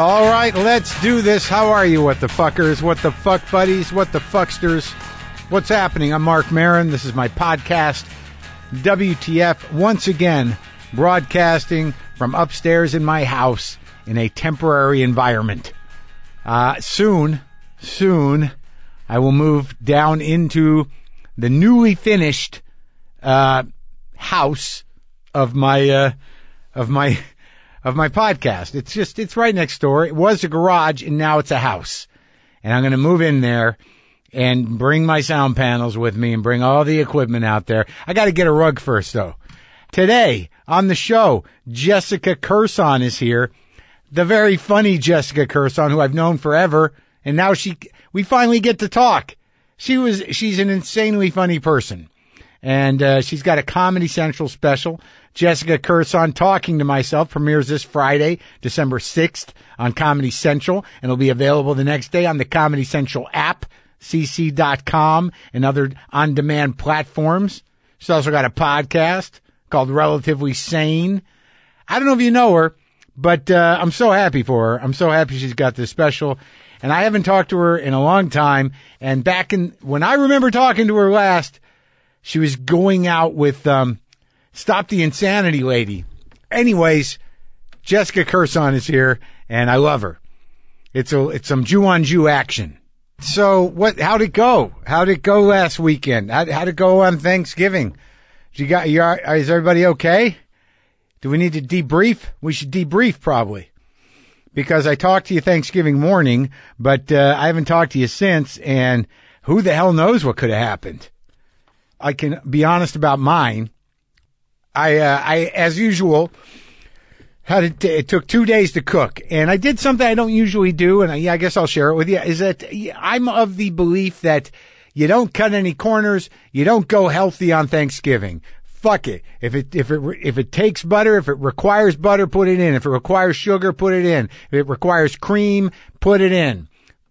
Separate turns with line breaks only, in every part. All right, let's do this. How are you, what the fuckers? What the fuck buddies? What the fucksters? What's happening? I'm Mark Marin. This is my podcast, WTF, once again, broadcasting from upstairs in my house in a temporary environment. Uh, soon, soon, I will move down into the newly finished uh, house of my uh, of my of my podcast. It's just it's right next door. It was a garage and now it's a house. And I'm going to move in there and bring my sound panels with me and bring all the equipment out there. I got to get a rug first though. Today on the show, Jessica Curson is here. The very funny Jessica Curson who I've known forever and now she we finally get to talk. She was she's an insanely funny person and uh, she's got a Comedy Central special. Jessica Curson talking to myself premieres this Friday, December sixth, on Comedy Central, and it'll be available the next day on the Comedy Central app, cc.com, and other on-demand platforms. She's also got a podcast called Relatively Sane. I don't know if you know her, but uh, I'm so happy for her. I'm so happy she's got this special. And I haven't talked to her in a long time. And back in when I remember talking to her last, she was going out with um, Stop the Insanity Lady. Anyways, Jessica Curson is here, and I love her. It's a it's some Jew on Jew action. So what? How'd it go? How'd it go last weekend? How, how'd it go on Thanksgiving? You got you? Are, is everybody okay? Do we need to debrief? We should debrief probably because I talked to you Thanksgiving morning, but uh, I haven't talked to you since, and who the hell knows what could have happened. I can be honest about mine. I, uh, I, as usual, had it, it took two days to cook, and I did something I don't usually do, and I, yeah, I guess I'll share it with you. Is that yeah, I'm of the belief that you don't cut any corners, you don't go healthy on Thanksgiving. Fuck it. If it if it re- if it takes butter, if it requires butter, put it in. If it requires sugar, put it in. If it requires cream, put it in.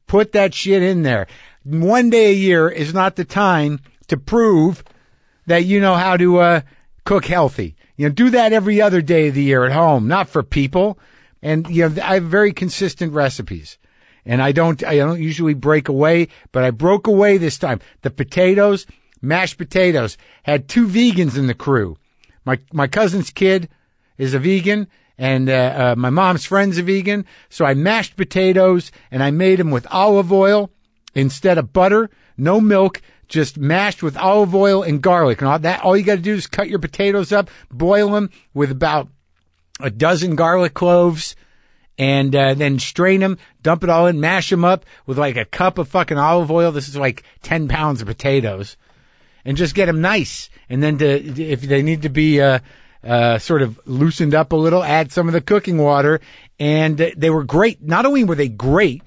Put that shit in there. One day a year is not the time to prove that you know how to uh, cook healthy. You know, do that every other day of the year at home, not for people. And you know, I have very consistent recipes, and I don't, I don't usually break away, but I broke away this time. The potatoes, mashed potatoes, had two vegans in the crew. My my cousin's kid is a vegan. And uh, uh, my mom's friend's a vegan, so I mashed potatoes and I made them with olive oil instead of butter, no milk, just mashed with olive oil and garlic and all that. All you got to do is cut your potatoes up, boil them with about a dozen garlic cloves, and uh, then strain them, dump it all in, mash them up with like a cup of fucking olive oil. This is like ten pounds of potatoes, and just get them nice. And then to, if they need to be uh, uh, sort of loosened up a little, add some of the cooking water. And uh, they were great. Not only were they great,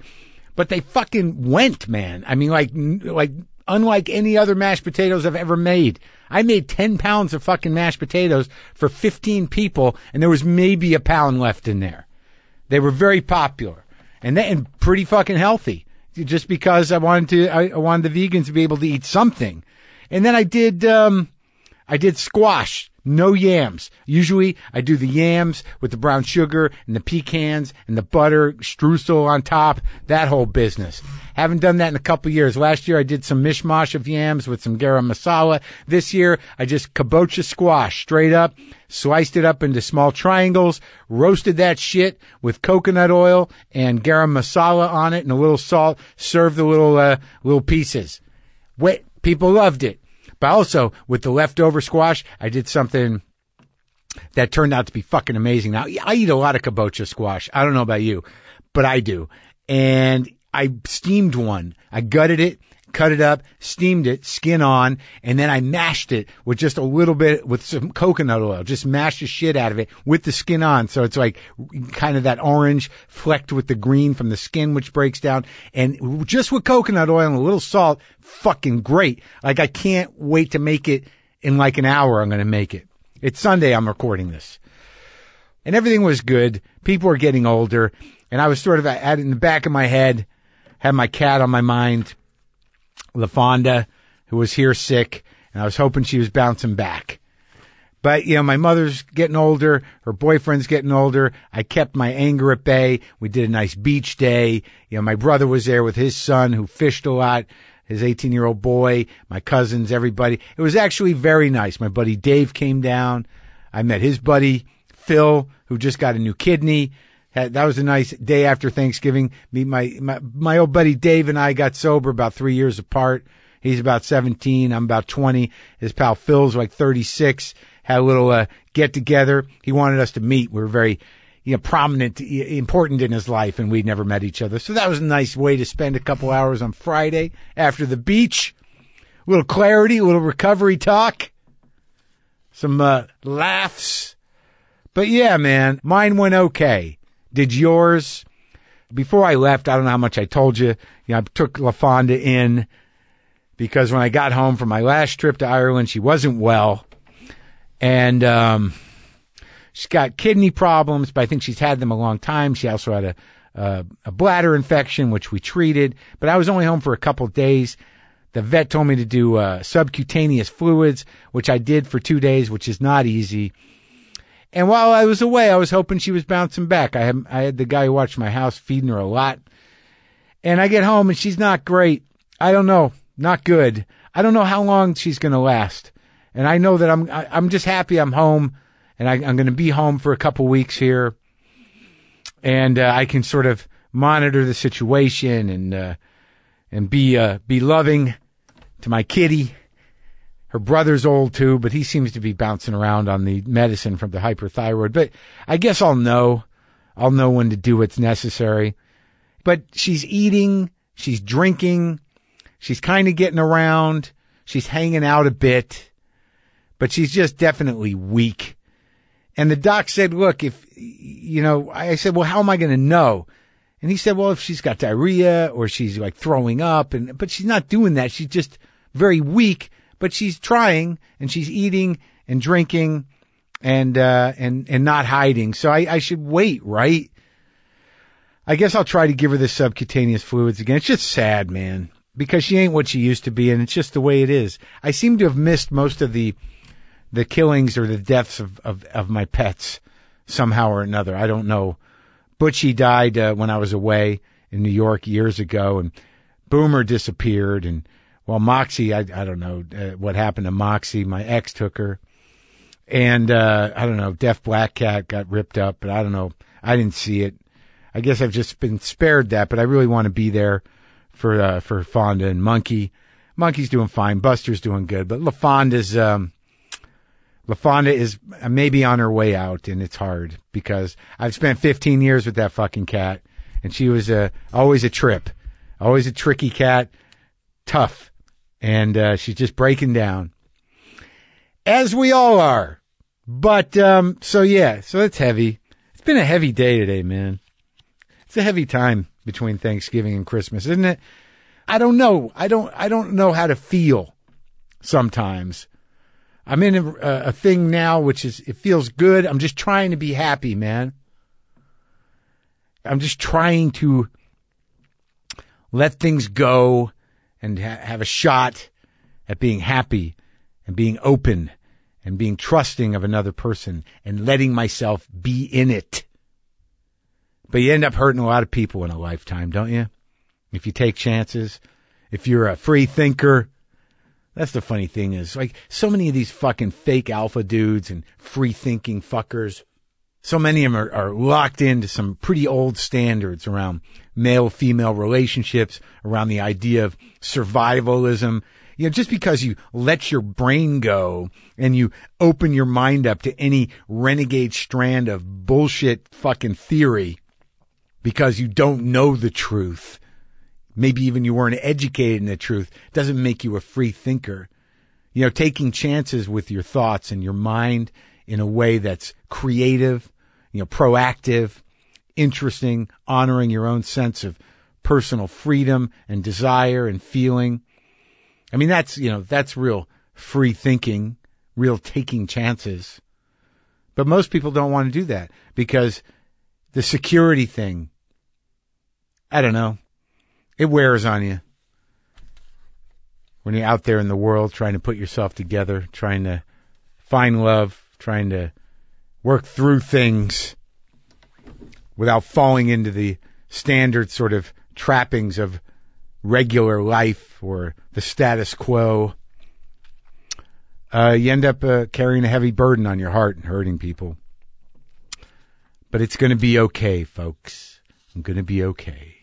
but they fucking went, man. I mean, like, like unlike any other mashed potatoes I've ever made. I made 10 pounds of fucking mashed potatoes for 15 people and there was maybe a pound left in there. They were very popular and they, and pretty fucking healthy just because I wanted to, I, I wanted the vegans to be able to eat something. And then I did, um, I did squash, no yams. Usually I do the yams with the brown sugar and the pecans and the butter, streusel on top, that whole business. Haven't done that in a couple years. Last year I did some mishmash of yams with some garam masala. This year I just kabocha squash straight up, sliced it up into small triangles, roasted that shit with coconut oil and garam masala on it and a little salt, served the little, uh, little pieces. Wait, people loved it. But also with the leftover squash, I did something that turned out to be fucking amazing. Now I eat a lot of kabocha squash. I don't know about you, but I do. And I steamed one. I gutted it, cut it up, steamed it, skin on, and then I mashed it with just a little bit with some coconut oil. Just mashed the shit out of it with the skin on. So it's like kind of that orange flecked with the green from the skin, which breaks down. And just with coconut oil and a little salt, fucking great. Like I can't wait to make it in like an hour. I'm going to make it. It's Sunday. I'm recording this and everything was good. People were getting older, and I was sort of I had it in the back of my head, had my cat on my mind, LaFonda, who was here sick, and I was hoping she was bouncing back. But, you know, my mother's getting older. Her boyfriend's getting older. I kept my anger at bay. We did a nice beach day. You know, my brother was there with his son who fished a lot, his 18 year old boy, my cousins, everybody. It was actually very nice. My buddy Dave came down. I met his buddy Phil, who just got a new kidney. Had, that was a nice day after Thanksgiving. Meet my, my, my old buddy Dave and I got sober about three years apart. He's about 17. I'm about 20. His pal Phil's like 36. Had a little, uh, get together. He wanted us to meet. We were very, you know, prominent, i- important in his life and we'd never met each other. So that was a nice way to spend a couple hours on Friday after the beach. A little clarity, a little recovery talk, some, uh, laughs. But yeah, man, mine went okay. Did yours? Before I left, I don't know how much I told you. You know, I took LaFonda in because when I got home from my last trip to Ireland, she wasn't well, and um, she's got kidney problems. But I think she's had them a long time. She also had a uh, a bladder infection, which we treated. But I was only home for a couple of days. The vet told me to do uh, subcutaneous fluids, which I did for two days, which is not easy. And while I was away, I was hoping she was bouncing back. I had, I had the guy who watched my house feeding her a lot. And I get home and she's not great. I don't know. Not good. I don't know how long she's going to last. And I know that I'm, I, I'm just happy I'm home and I, I'm going to be home for a couple weeks here. And uh, I can sort of monitor the situation and, uh, and be, uh, be loving to my kitty. Her brother's old too, but he seems to be bouncing around on the medicine from the hyperthyroid. But I guess I'll know. I'll know when to do what's necessary. But she's eating, she's drinking, she's kind of getting around, she's hanging out a bit, but she's just definitely weak. And the doc said, look, if, you know, I said, well, how am I going to know? And he said, well, if she's got diarrhea or she's like throwing up and, but she's not doing that. She's just very weak, but she's trying and she's eating and drinking and, uh, and, and not hiding. So I, I should wait, right? I guess I'll try to give her the subcutaneous fluids again. It's just sad, man, because she ain't what she used to be, and it's just the way it is. I seem to have missed most of the the killings or the deaths of of, of my pets somehow or another. I don't know. Butchie died uh, when I was away in New York years ago, and Boomer disappeared, and well, Moxie, I I don't know uh, what happened to Moxie. My ex took her and uh, I don't know. Deaf Black Cat got ripped up, but I don't know. I didn't see it. I guess I've just been spared that, but I really want to be there for uh, for Fonda and Monkey. Monkey's doing fine. Buster's doing good, but LaFonda's um, LaFonda is uh, maybe on her way out, and it's hard because I've spent 15 years with that fucking cat, and she was uh, always a trip, always a tricky cat, tough, and uh, she's just breaking down, as we all are. But um, so yeah, so that's heavy. It's been a heavy day today, man. It's a heavy time between Thanksgiving and Christmas, isn't it? I don't know. I don't. I don't know how to feel. Sometimes I'm in a, a a thing now, which is it feels good. I'm just trying to be happy, man. I'm just trying to let things go and ha- have a shot at being happy and being open and being trusting of another person and letting myself be in it. But you end up hurting a lot of people in a lifetime, don't you? If you take chances, if you're a free thinker. That's the funny thing is like so many of these fucking fake alpha dudes and free thinking fuckers. So many of them are, are locked into some pretty old standards around male female relationships, around the idea of survivalism. You know, just because you let your brain go and you open your mind up to any renegade strand of bullshit fucking theory because you don't know the truth, maybe even you weren't educated in the truth, doesn't make you a free thinker. You know, taking chances with your thoughts and your mind in a way that's creative, you know, proactive, interesting, honoring your own sense of personal freedom and desire and feeling. I mean, that's, you know, that's real free thinking, real taking chances. But most people don't want to do that because the security thing, I don't know, it wears on you when you're out there in the world trying to put yourself together, trying to find love, trying to work through things without falling into the standard sort of trappings of regular life or the status quo. Uh, you end up uh, carrying a heavy burden on your heart and hurting people. But it's going to be okay, folks. I'm going to be okay.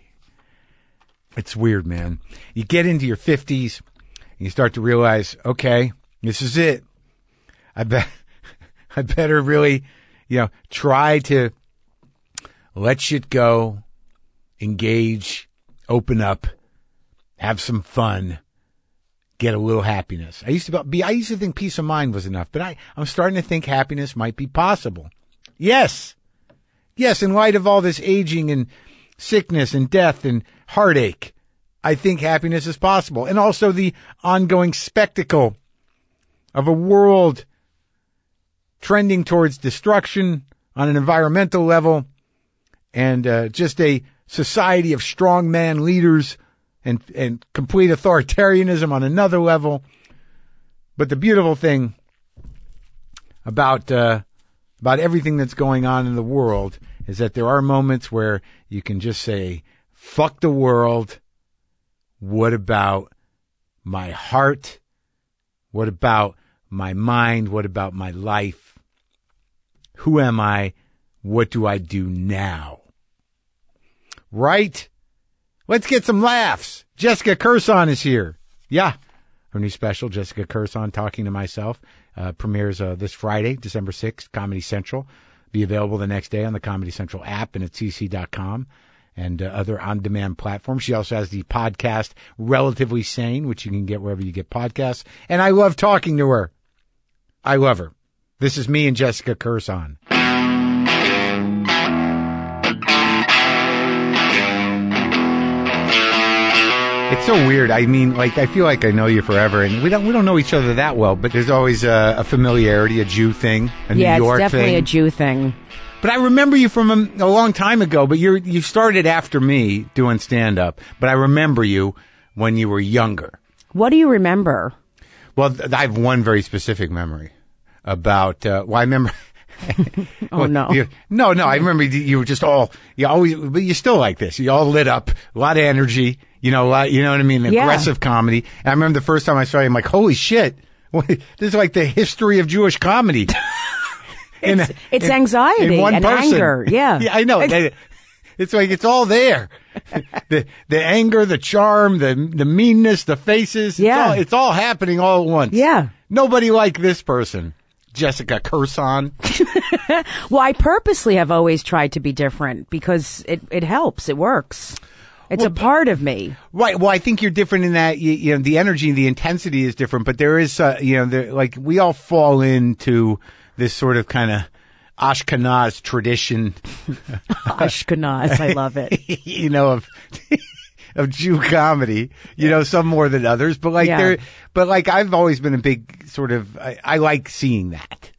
It's weird, man. You get into your 50s and you start to realize, okay, this is it. I bet I better really, you know, try to let shit go, engage, open up, have some fun, get a little happiness. I used to be, I used to think peace of mind was enough, but I, I'm starting to think happiness might be possible. Yes. Yes. In light of all this aging and sickness and death and heartache, I think happiness is possible. And also the ongoing spectacle of a world trending towards destruction on an environmental level and uh, just a society of strongman leaders and and complete authoritarianism on another level. But the beautiful thing about uh, about everything that's going on in the world is that there are moments where you can just say, "Fuck the world." What about my heart? What about my mind? What about my life? Who am I? What do I do now? Right? Let's get some laughs. Jessica Curson is here. Yeah. Her new special, Jessica Curson Talking to Myself, uh, premieres uh, this Friday, December 6th, Comedy Central. Be available the next day on the Comedy Central app and at cc.com and uh, other on demand platforms. She also has the podcast, Relatively Sane, which you can get wherever you get podcasts. And I love talking to her. I love her. This is me and Jessica Curson. It's so weird. I mean, like I feel like I know you forever, and we don't we don't know each other that well. But there's always a, a familiarity, a Jew thing, a
yeah,
New York
it's definitely
thing.
a Jew thing.
But I remember you from a, a long time ago. But you you started after me doing stand up. But I remember you when you were younger.
What do you remember?
Well, th- I have one very specific memory about. Uh, well, I remember.
Oh no.
You- no, no. I remember you- you were just all you always, but you're still like this. You all lit up, a lot of energy. You know, a lot, you know what I mean?
Yeah.
Aggressive comedy. And I remember the first time I saw you, I'm like, holy shit! this is like the history of Jewish comedy. in, a-
It's anxiety
in one
and
person.
anger. Yeah.
I know.
It's-
It's, it's like it's all there. the the anger, the charm, the the meanness, the faces.
Yeah.
It's all, it's all happening all at once.
Yeah.
Nobody like this person. Jessica Curson.
well, I purposely have always tried to be different because it, it helps. It works. It's a part of me.
Right. Well, I think you're different in that you, you know the energy, the intensity is different, but there is uh, you know there, like we all fall into this sort of kind of Ashkenaz tradition,
Ashkenaz. I love it.
you know of. Of Jew comedy, you know, some more than others, but like
Yeah.
there, but like I've always been a big sort of, I, I like seeing that.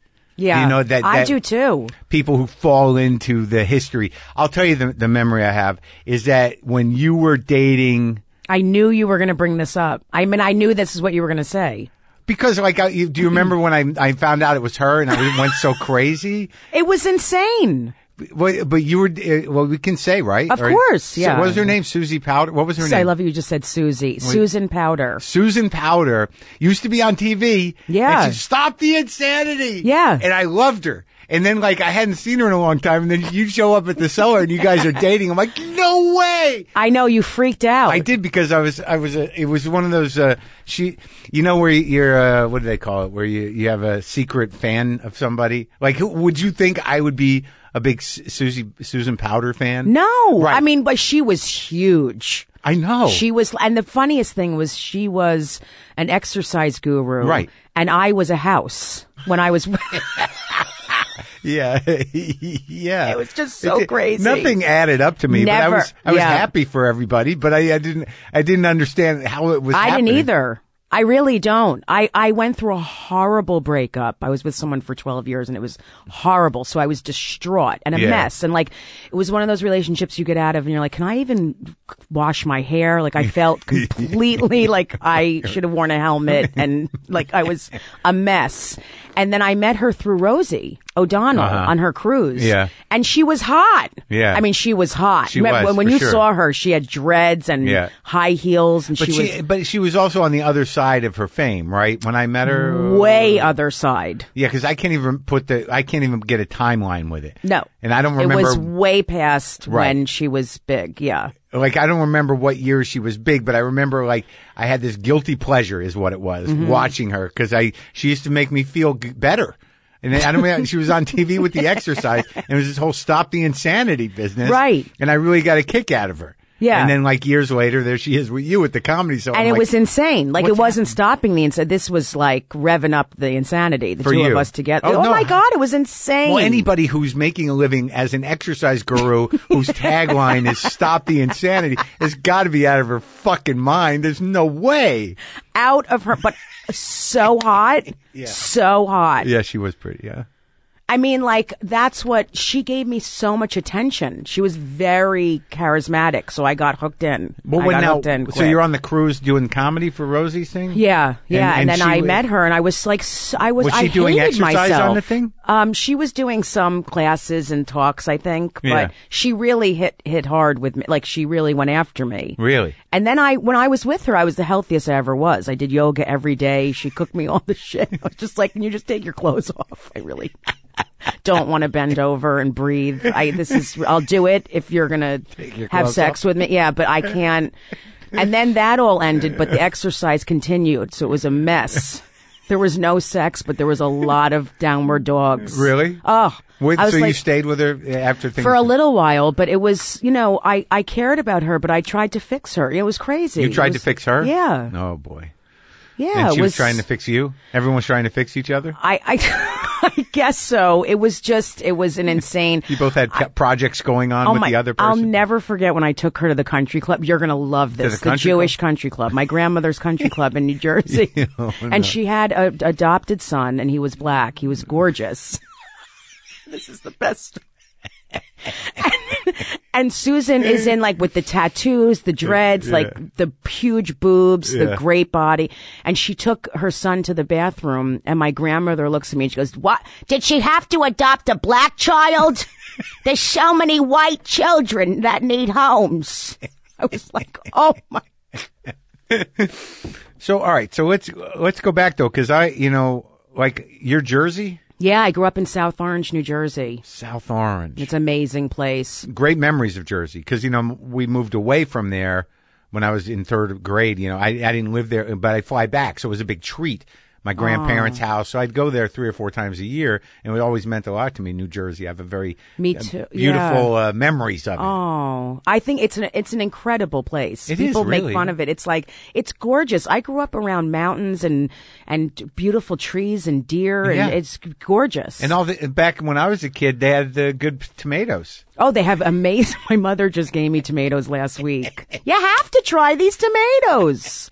Yeah.
You know, that-
I
that-
do too.
people who fall into the history. I'll tell you the, the memory I have is that when you were dating,
I knew you were going to bring this up. I mean, I knew this is what you were going to say.
because like, I, you- do you remember when I, I found out it was her and I went so crazy?
It was insane.
Well, but you were, uh, well, we can say, right?
Of
Or-
course,
Su-
yeah.
What was her name? Susie Powder? What was her
So I
name?
love you. just said Susie. Susan Powder.
Susan Powder used to be on TV.
Yeah.
And she stopped the insanity.
Yeah.
And I loved her. And then like I hadn't seen her in a long time. And then you show up at the cellar and you guys are dating. I'm like, no way.
I know you freaked out.
I did because I was I was a, it was one of those uh, she you know where you're uh, what do they call it where you you have a secret fan of somebody like who, would you think I would be a big S- Susie Susan Powder fan?
No.
Right.
I mean, but she was huge.
I know
She was, and the funniest thing was she was an exercise guru,
Right.
And I was a house when I was.
yeah yeah
It was just so
did-
crazy.
nothing added up to me but I
Never.
was I was
Yeah.
happy for everybody but I, I didn't I didn't understand how it was
I didn't
happening.
either. I really don't. I I went through a horrible breakup. I was with someone for twelve years, and it was horrible. So I was distraught and a
Yeah.
mess, and like it was one of those relationships you get out of, and you're like, can I even wash my hair? Like I felt completely like I should have worn a helmet, and like I was a mess. And then I met her through Rosie O'Donnell on her cruise.
Uh-huh. Yeah.
And she was hot.
Yeah.
I mean, she was hot.
She
Remember
was,
when
for
you
sure.
saw her, she had dreads and
Yeah.
high heels and
But she,
she, was
but she was also on the other side of her fame, right? When I met her,
way other side.
yeah, because I can't even put the I can't even get a timeline with it.
No.
and I don't
It was
remember
way past
Right.
when she was big. Yeah.
like I don't remember what year she was big, but I remember like I had this guilty pleasure is what it was
Mm-hmm.
watching her because I she used to make me feel g- better. And I don't mean she was on TV with the exercise, and it was this whole stop the insanity business,
Right.
And I really got a kick out of her.
Yeah.
And then like years later, there she is with you at the comedy. So
And it was insane. Like it
what's
wasn't stopping the insanity. This was like revving up the insanity. The
For
two of
you.
us together.
Oh,
Oh,
no.
my god, it was insane.
Well, anybody who's making a living as an exercise guru whose tagline is "Stop the Insanity" has got to be out of her fucking mind. There's no way.
out of her, but so hot, so hot.
Yeah, she was pretty. Yeah,
I mean, like that's what she gave me so much attention. She was very charismatic, so I got hooked in. I got hooked in
so
quick.
you're on the cruise doing comedy for Rosie's thing.
Yeah, yeah,
And-
and,
and
then
she
I
was-
met her, and I was like, s- I was,
Was she
I
doing
hated
exercise
myself.
on the thing?
Um, she was doing some classes and talks, I think, but
Yeah.
she really hit hit hard with me. Like she really went after me.
Really?
And then I, when I was with her, I was the healthiest I ever was. I did yoga every day. She cooked me all the shit. I was just like, can you just take your clothes off? I really don't want to bend over and breathe. I, this is, I'll do it if you're going to
your
have
gloves
sex with me. Yeah, but I can't. And then that all ended, but the exercise continued. So it was a mess. There was no sex, but there was a lot of downward dogs.
Really?
Oh.
Wait,
I was
so you
like,
stayed with her after things
for a little while, but it was, you know, I, I cared about her, but I tried to fix her. It was crazy.
You
It
tried to
was-
fix her.
Yeah.
Oh boy.
Yeah.
And
it
she was, trying to fix you. Everyone was trying to fix each other.
I, I, I guess so. It was just, it was an insane.
You both had pe- projects going on
Oh
with
my,
the other person.
I'll never forget when I took her to the country club. You're going to love this.
the country
Jewish country club, my grandmother's country club in New Jersey. And she had an adopted son and he was black. He was gorgeous. this is the best. and Susan is in like with the tattoos, the dreads, like the huge boobs,
Yeah.
the great body. And she took her son to the bathroom and my grandmother looks at me and she goes, what? Did she have to adopt a black child? There's so many white children that need homes. I was like, oh my.
So all right, so let's let's go back though, because I, you know, like your Jersey,
Yeah, I grew up in South Orange, New Jersey.
South Orange,
It's an amazing place.
great memories of Jersey, because you know m- we moved away from there when I was in third grade. You know, I I didn't live there, but I fly back, so it was a big treat. My grandparents' house, so I'd go there three or four times a year, and it always meant a lot to me. New Jersey, I have a very
Me
uh,
too,
beautiful uh, memories of it.
Oh, I think it's an it's an incredible place.
It is,
People
really.
make fun of it. It's like it's gorgeous. I grew up around mountains and and beautiful trees and deer, and
Yeah.
it's gorgeous.
And all the back when I was a kid, they had the good tomatoes.
oh, they have amazing. My mother just gave me tomatoes last week. you have to try these tomatoes.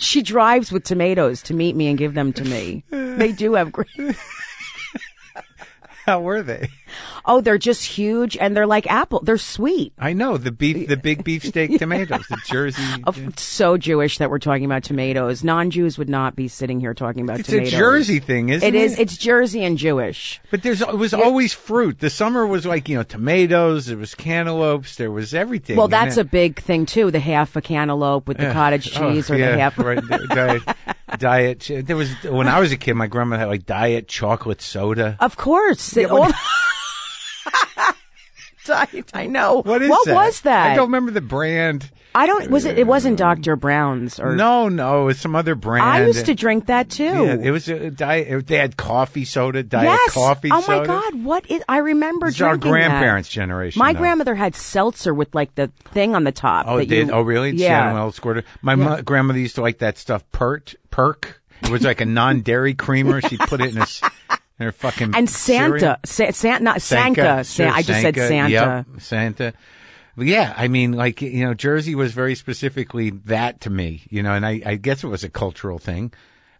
She drives with tomatoes to meet me and give them to me. They do have great.
How were they?
Oh, they're just huge and they're like apple. They're sweet.
I know the beef, the big beefsteak tomatoes, the Jersey.
Of- it's so Jewish that we're talking about tomatoes. Non-Jews would not be sitting here talking about
It's
tomatoes.
a Jersey thing, isn't it?
It is. It's Jersey and Jewish.
But there's it was always fruit. The summer was like you know tomatoes. There was cantaloupes. There was everything.
Well,
And
that's a
then-
big thing too. The half a cantaloupe with the cottage
Oh,
cheese, or
yeah,
the half.
right, diet, diet. ch- There was when I was a kid, my grandma had like diet chocolate soda.
Of course. It all- I, I know.
What is
what
that?
was that?
I don't remember the brand.
I don't- Was it? It wasn't Dr. Brown's or.
No, no, it was some other brand.
I used to drink that too.
Yeah, it was a diet. It, they had coffee soda, diet
yes.
coffee
oh
soda.
my God! What is? I remember
It's our
drinking that.
grandparents' generation.
My
though.
grandmother had seltzer with like the thing on the top.
Oh,
that
it did?
you-
oh, really? She had
Yeah.
an old squirter. My mo- grandmother used to like that stuff, pert, perk. It was like a non-dairy creamer. She'd put it in her, s- in her fucking
and
cereal.
Santa, Sa- Santa, not Sanka. Sa-
Sure,
I just said Santa.
Yep, Santa. But yeah, I mean, like you know, Jersey was very specifically that to me, you know, and I, I guess it was a cultural thing.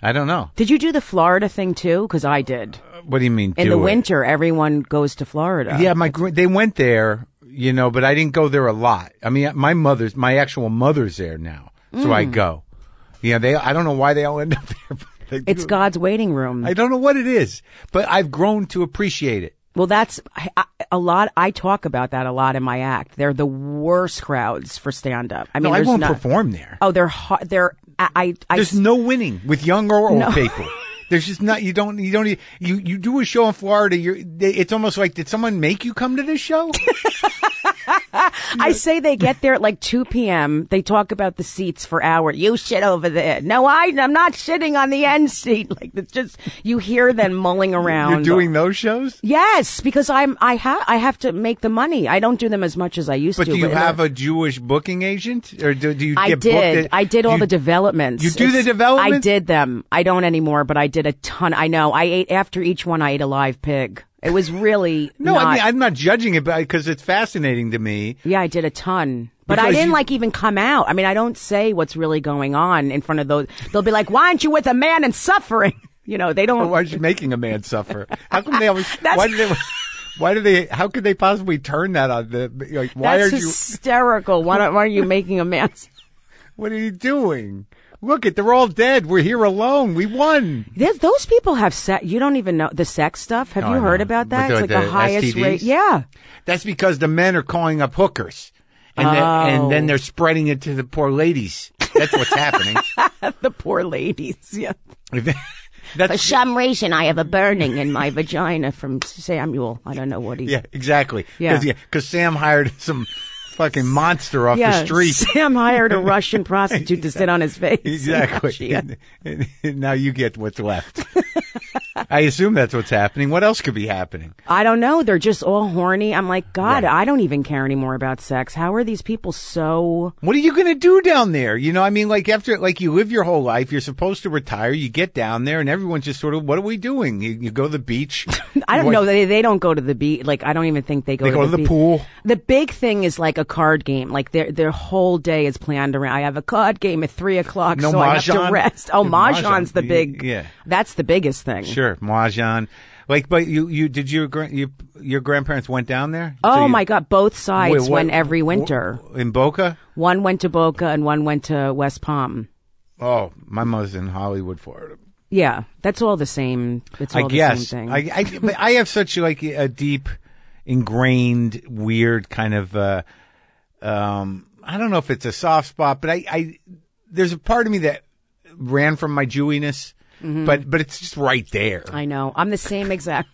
I don't know.
Did you do the Florida thing too? Because I did.
What do you mean?
In
do
the
it?
winter, everyone goes to Florida.
Yeah, my gr- they went there, you know, but I didn't go there a lot. I mean, my mother's,
Mm.
my actual mother's there now, so I go. You know, they. I don't know why they all end up there. but I
It's
do.
God's waiting room.
I don't know what it is, but I've grown to appreciate it.
well, that's I, I, a lot. I talk about that a lot in my act. They're the worst crowds for stand up. I mean,
No, I
there's
won't
not-
perform there.
Oh, they're hard. They're I. I, I
There's no winning with young or old people. There's just not. You don't. You don't. e- You you do a show in Florida. You're. they- It's almost like did someone make you come to this show?
I say they get there at like 2 p.m. They talk about the seats for hour. You shit over there. No, I, I'm not shitting on the end seat. Like it's just, you hear them mulling around.
You're doing those shows.
Yes, because I'm, I have, I have to make the money. I don't do them as much as I used
But
to.
do you have a Jewish booking agent, or do, do you?
I
get
did.
Booked at-
I did all
you-
the developments.
you do the
I
developments?
did them. I don't anymore, but I did a ton. I know. I ate after each one. I ate a live pig. It was really
No,
Not,
I mean I'm not judging it, but because it's fascinating to me.
Yeah, I did a ton. But I
Because
didn't
you-
like even come out. I mean, I don't say what's really going on in front of those. They'll be like, why aren't you with a man and suffering? You know, they don't.
Why are you making a man suffer? How come they always?
That's-
why do they? Why do they? How could they possibly turn that on the? Like, why
that's
are you?
hysterical. Why, don't, why are you making a man? su-
What are you doing? Look at they're all dead. We're here alone. We won.
There's, those people have sex. You don't even know the sex stuff. Have
No,
you
I
heard
know.
about
Like
that? It's like the,
the
highest
STDs?
rate. Yeah.
That's because the men are calling up hookers, and then,
Oh.
and then they're spreading it to the poor ladies. That's what's happening.
The poor ladies. Yeah. For
That's
some reason, I have a burning in my vagina from Samuel. I don't know what he.
yeah, exactly.
Yeah.
Because Sam hired some fucking monster off
Yeah,
the street.
Sam hired a Russian prostitute to sit on his face.
Exactly.
She- yeah.
And- and now you get what's left. I assume that's what's happening. What else could be happening?
I don't know. They're just all horny. I'm like, God, I don't even care anymore about sex. How are these people so?
What are you going to do down there? You know, I mean, like after, like you live your whole life, you're supposed to retire. You get down there, and everyone's just sort of, what are we doing? You, you go to the beach.
I don't
What-
know. They, they don't go to the beach. Like, I don't even think they go
They
to
go
the,
to the
beach.
pool.
The big thing is like a card game. Like their, their whole day is planned around. I have a card game at three o'clock,
No
so I have to
Mahjong?
rest. Oh,
Yeah, Mahjong.
Mahjong's the
Y-
big,
yeah.
that's the biggest thing.
Sure, mahjong. Like, but you, you did your gran- you, your grandparents went down there? So
Oh
you-
my God. Both sides
Wait, what-
went every winter.
in Boca.
one went to Boca and one went to West Palm.
Oh, my mother's in Hollywood, Florida.
Yeah. That's all the same. It's all
I
the
guess.
same thing.
I, I, but I have such like a deep, ingrained, weird kind of. Uh, um, I don't know if it's a soft spot, but I, I there's a part of me that ran from my Jewiness, but but it's just right there.
Mm-hmm. I know. I'm the same exact.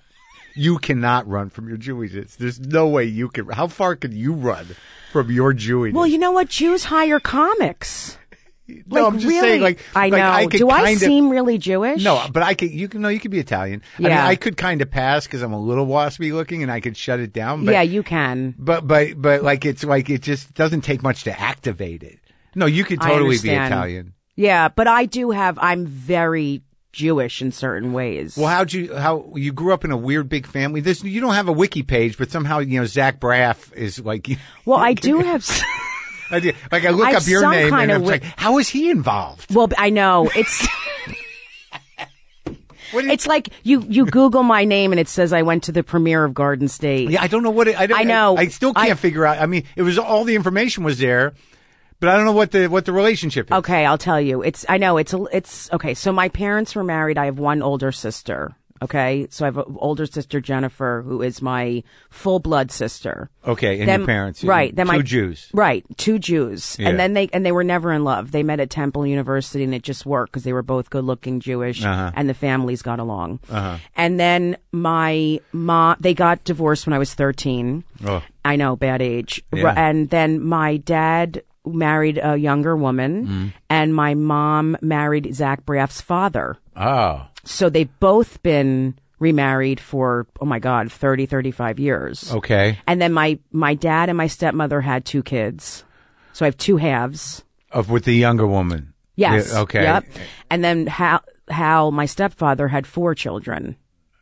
You cannot run from your Jewiness. There's no way you can. How far can you run from your Jewiness?
Well, you know what? Jews hire comics.
no,
like,
I'm just
really,
saying. Like
I know.
like, I could
Do I
kinda-
seem really Jewish?
No, but I could. You can. No, you could be Italian. I mean,
Yeah.
I could kind of pass because I'm a little waspy looking, and I could shut it down. But
yeah, you can.
But but but like it's like it just doesn't take much to activate it. No, you could
I
totally be
understand.
Italian.
Yeah, but I do have. I'm very Jewish in certain ways.
Well, how'd you how you grew up in a weird big family? This you don't have a wiki page, but somehow you know Zach Braff is like
Well, I do have. s-
I do- like I look
I have
up your
some
name and
kind of
I'm
wi-
like, how is he involved?
Well, I know it's.
What is-
It's like you you Google my name and it says I went to the premiere of Garden State.
yeah, I don't know what it, I don't,
I know.
I, still can't
I-
figure out. I mean, it was all the information was there, but I don't know what the what the relationship is.
Okay, I'll tell you. It's I know it's a it's okay. So my parents were married. I have one older sister. Okay, so I have an older sister Jennifer, who is my full blood sister.
Okay, and
Then-
your parents,
right? Then
Two
my
Jews.
right? Two Jews,
Yeah.
and then they and they were never in love. They met at Temple University, and it just worked because they were both good-looking Jewish,
Uh-huh.
and the families got along. And then my mom, they got divorced when I was thirteen.
Oh.
I know, bad age. Ru-
Yeah.
And then my dad married a younger woman,
Mm-hmm.
and my mom married Zach Braff's father.
Oh,
So they've both been remarried for, oh my God, 30, 35 years.
okay,
And then my, my dad and my stepmother had two kids. So I have two halves.
of with the younger woman.
Yes.
Yeah, okay,
Yep. And then Hal, Hal, my stepfather, had four children.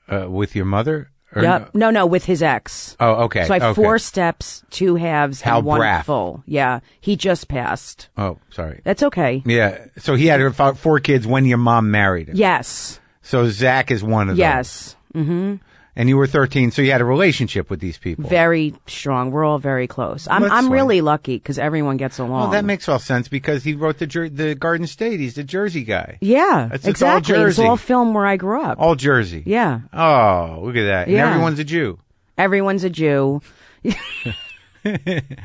uh, with your mother. Or
Yep. No, no, with his ex.
Oh, Er, okay.
So I have
okay.
four steps, two halves,
Hal
and one
Braff.
full. Yeah, he just passed.
Oh, sorry.
That's okay.
Yeah. So he had her fo- four kids when your mom married him.
Yes,
Oh. So Zach is one of them.
yes.
and you were 13, so you had a relationship with these people.
Very strong. We're all very close. I'm,
That's
I'm
fine.
really lucky because everyone gets along.
well, that makes all sense because he wrote the Jer- the Garden State. He's the Jersey guy.
yeah,
It's- it's all
exactly.
Jersey.
all film where I grew up.
All Jersey.
yeah,
Oh, look at that.
Yeah.
And everyone's a Jew.
everyone's a Jew.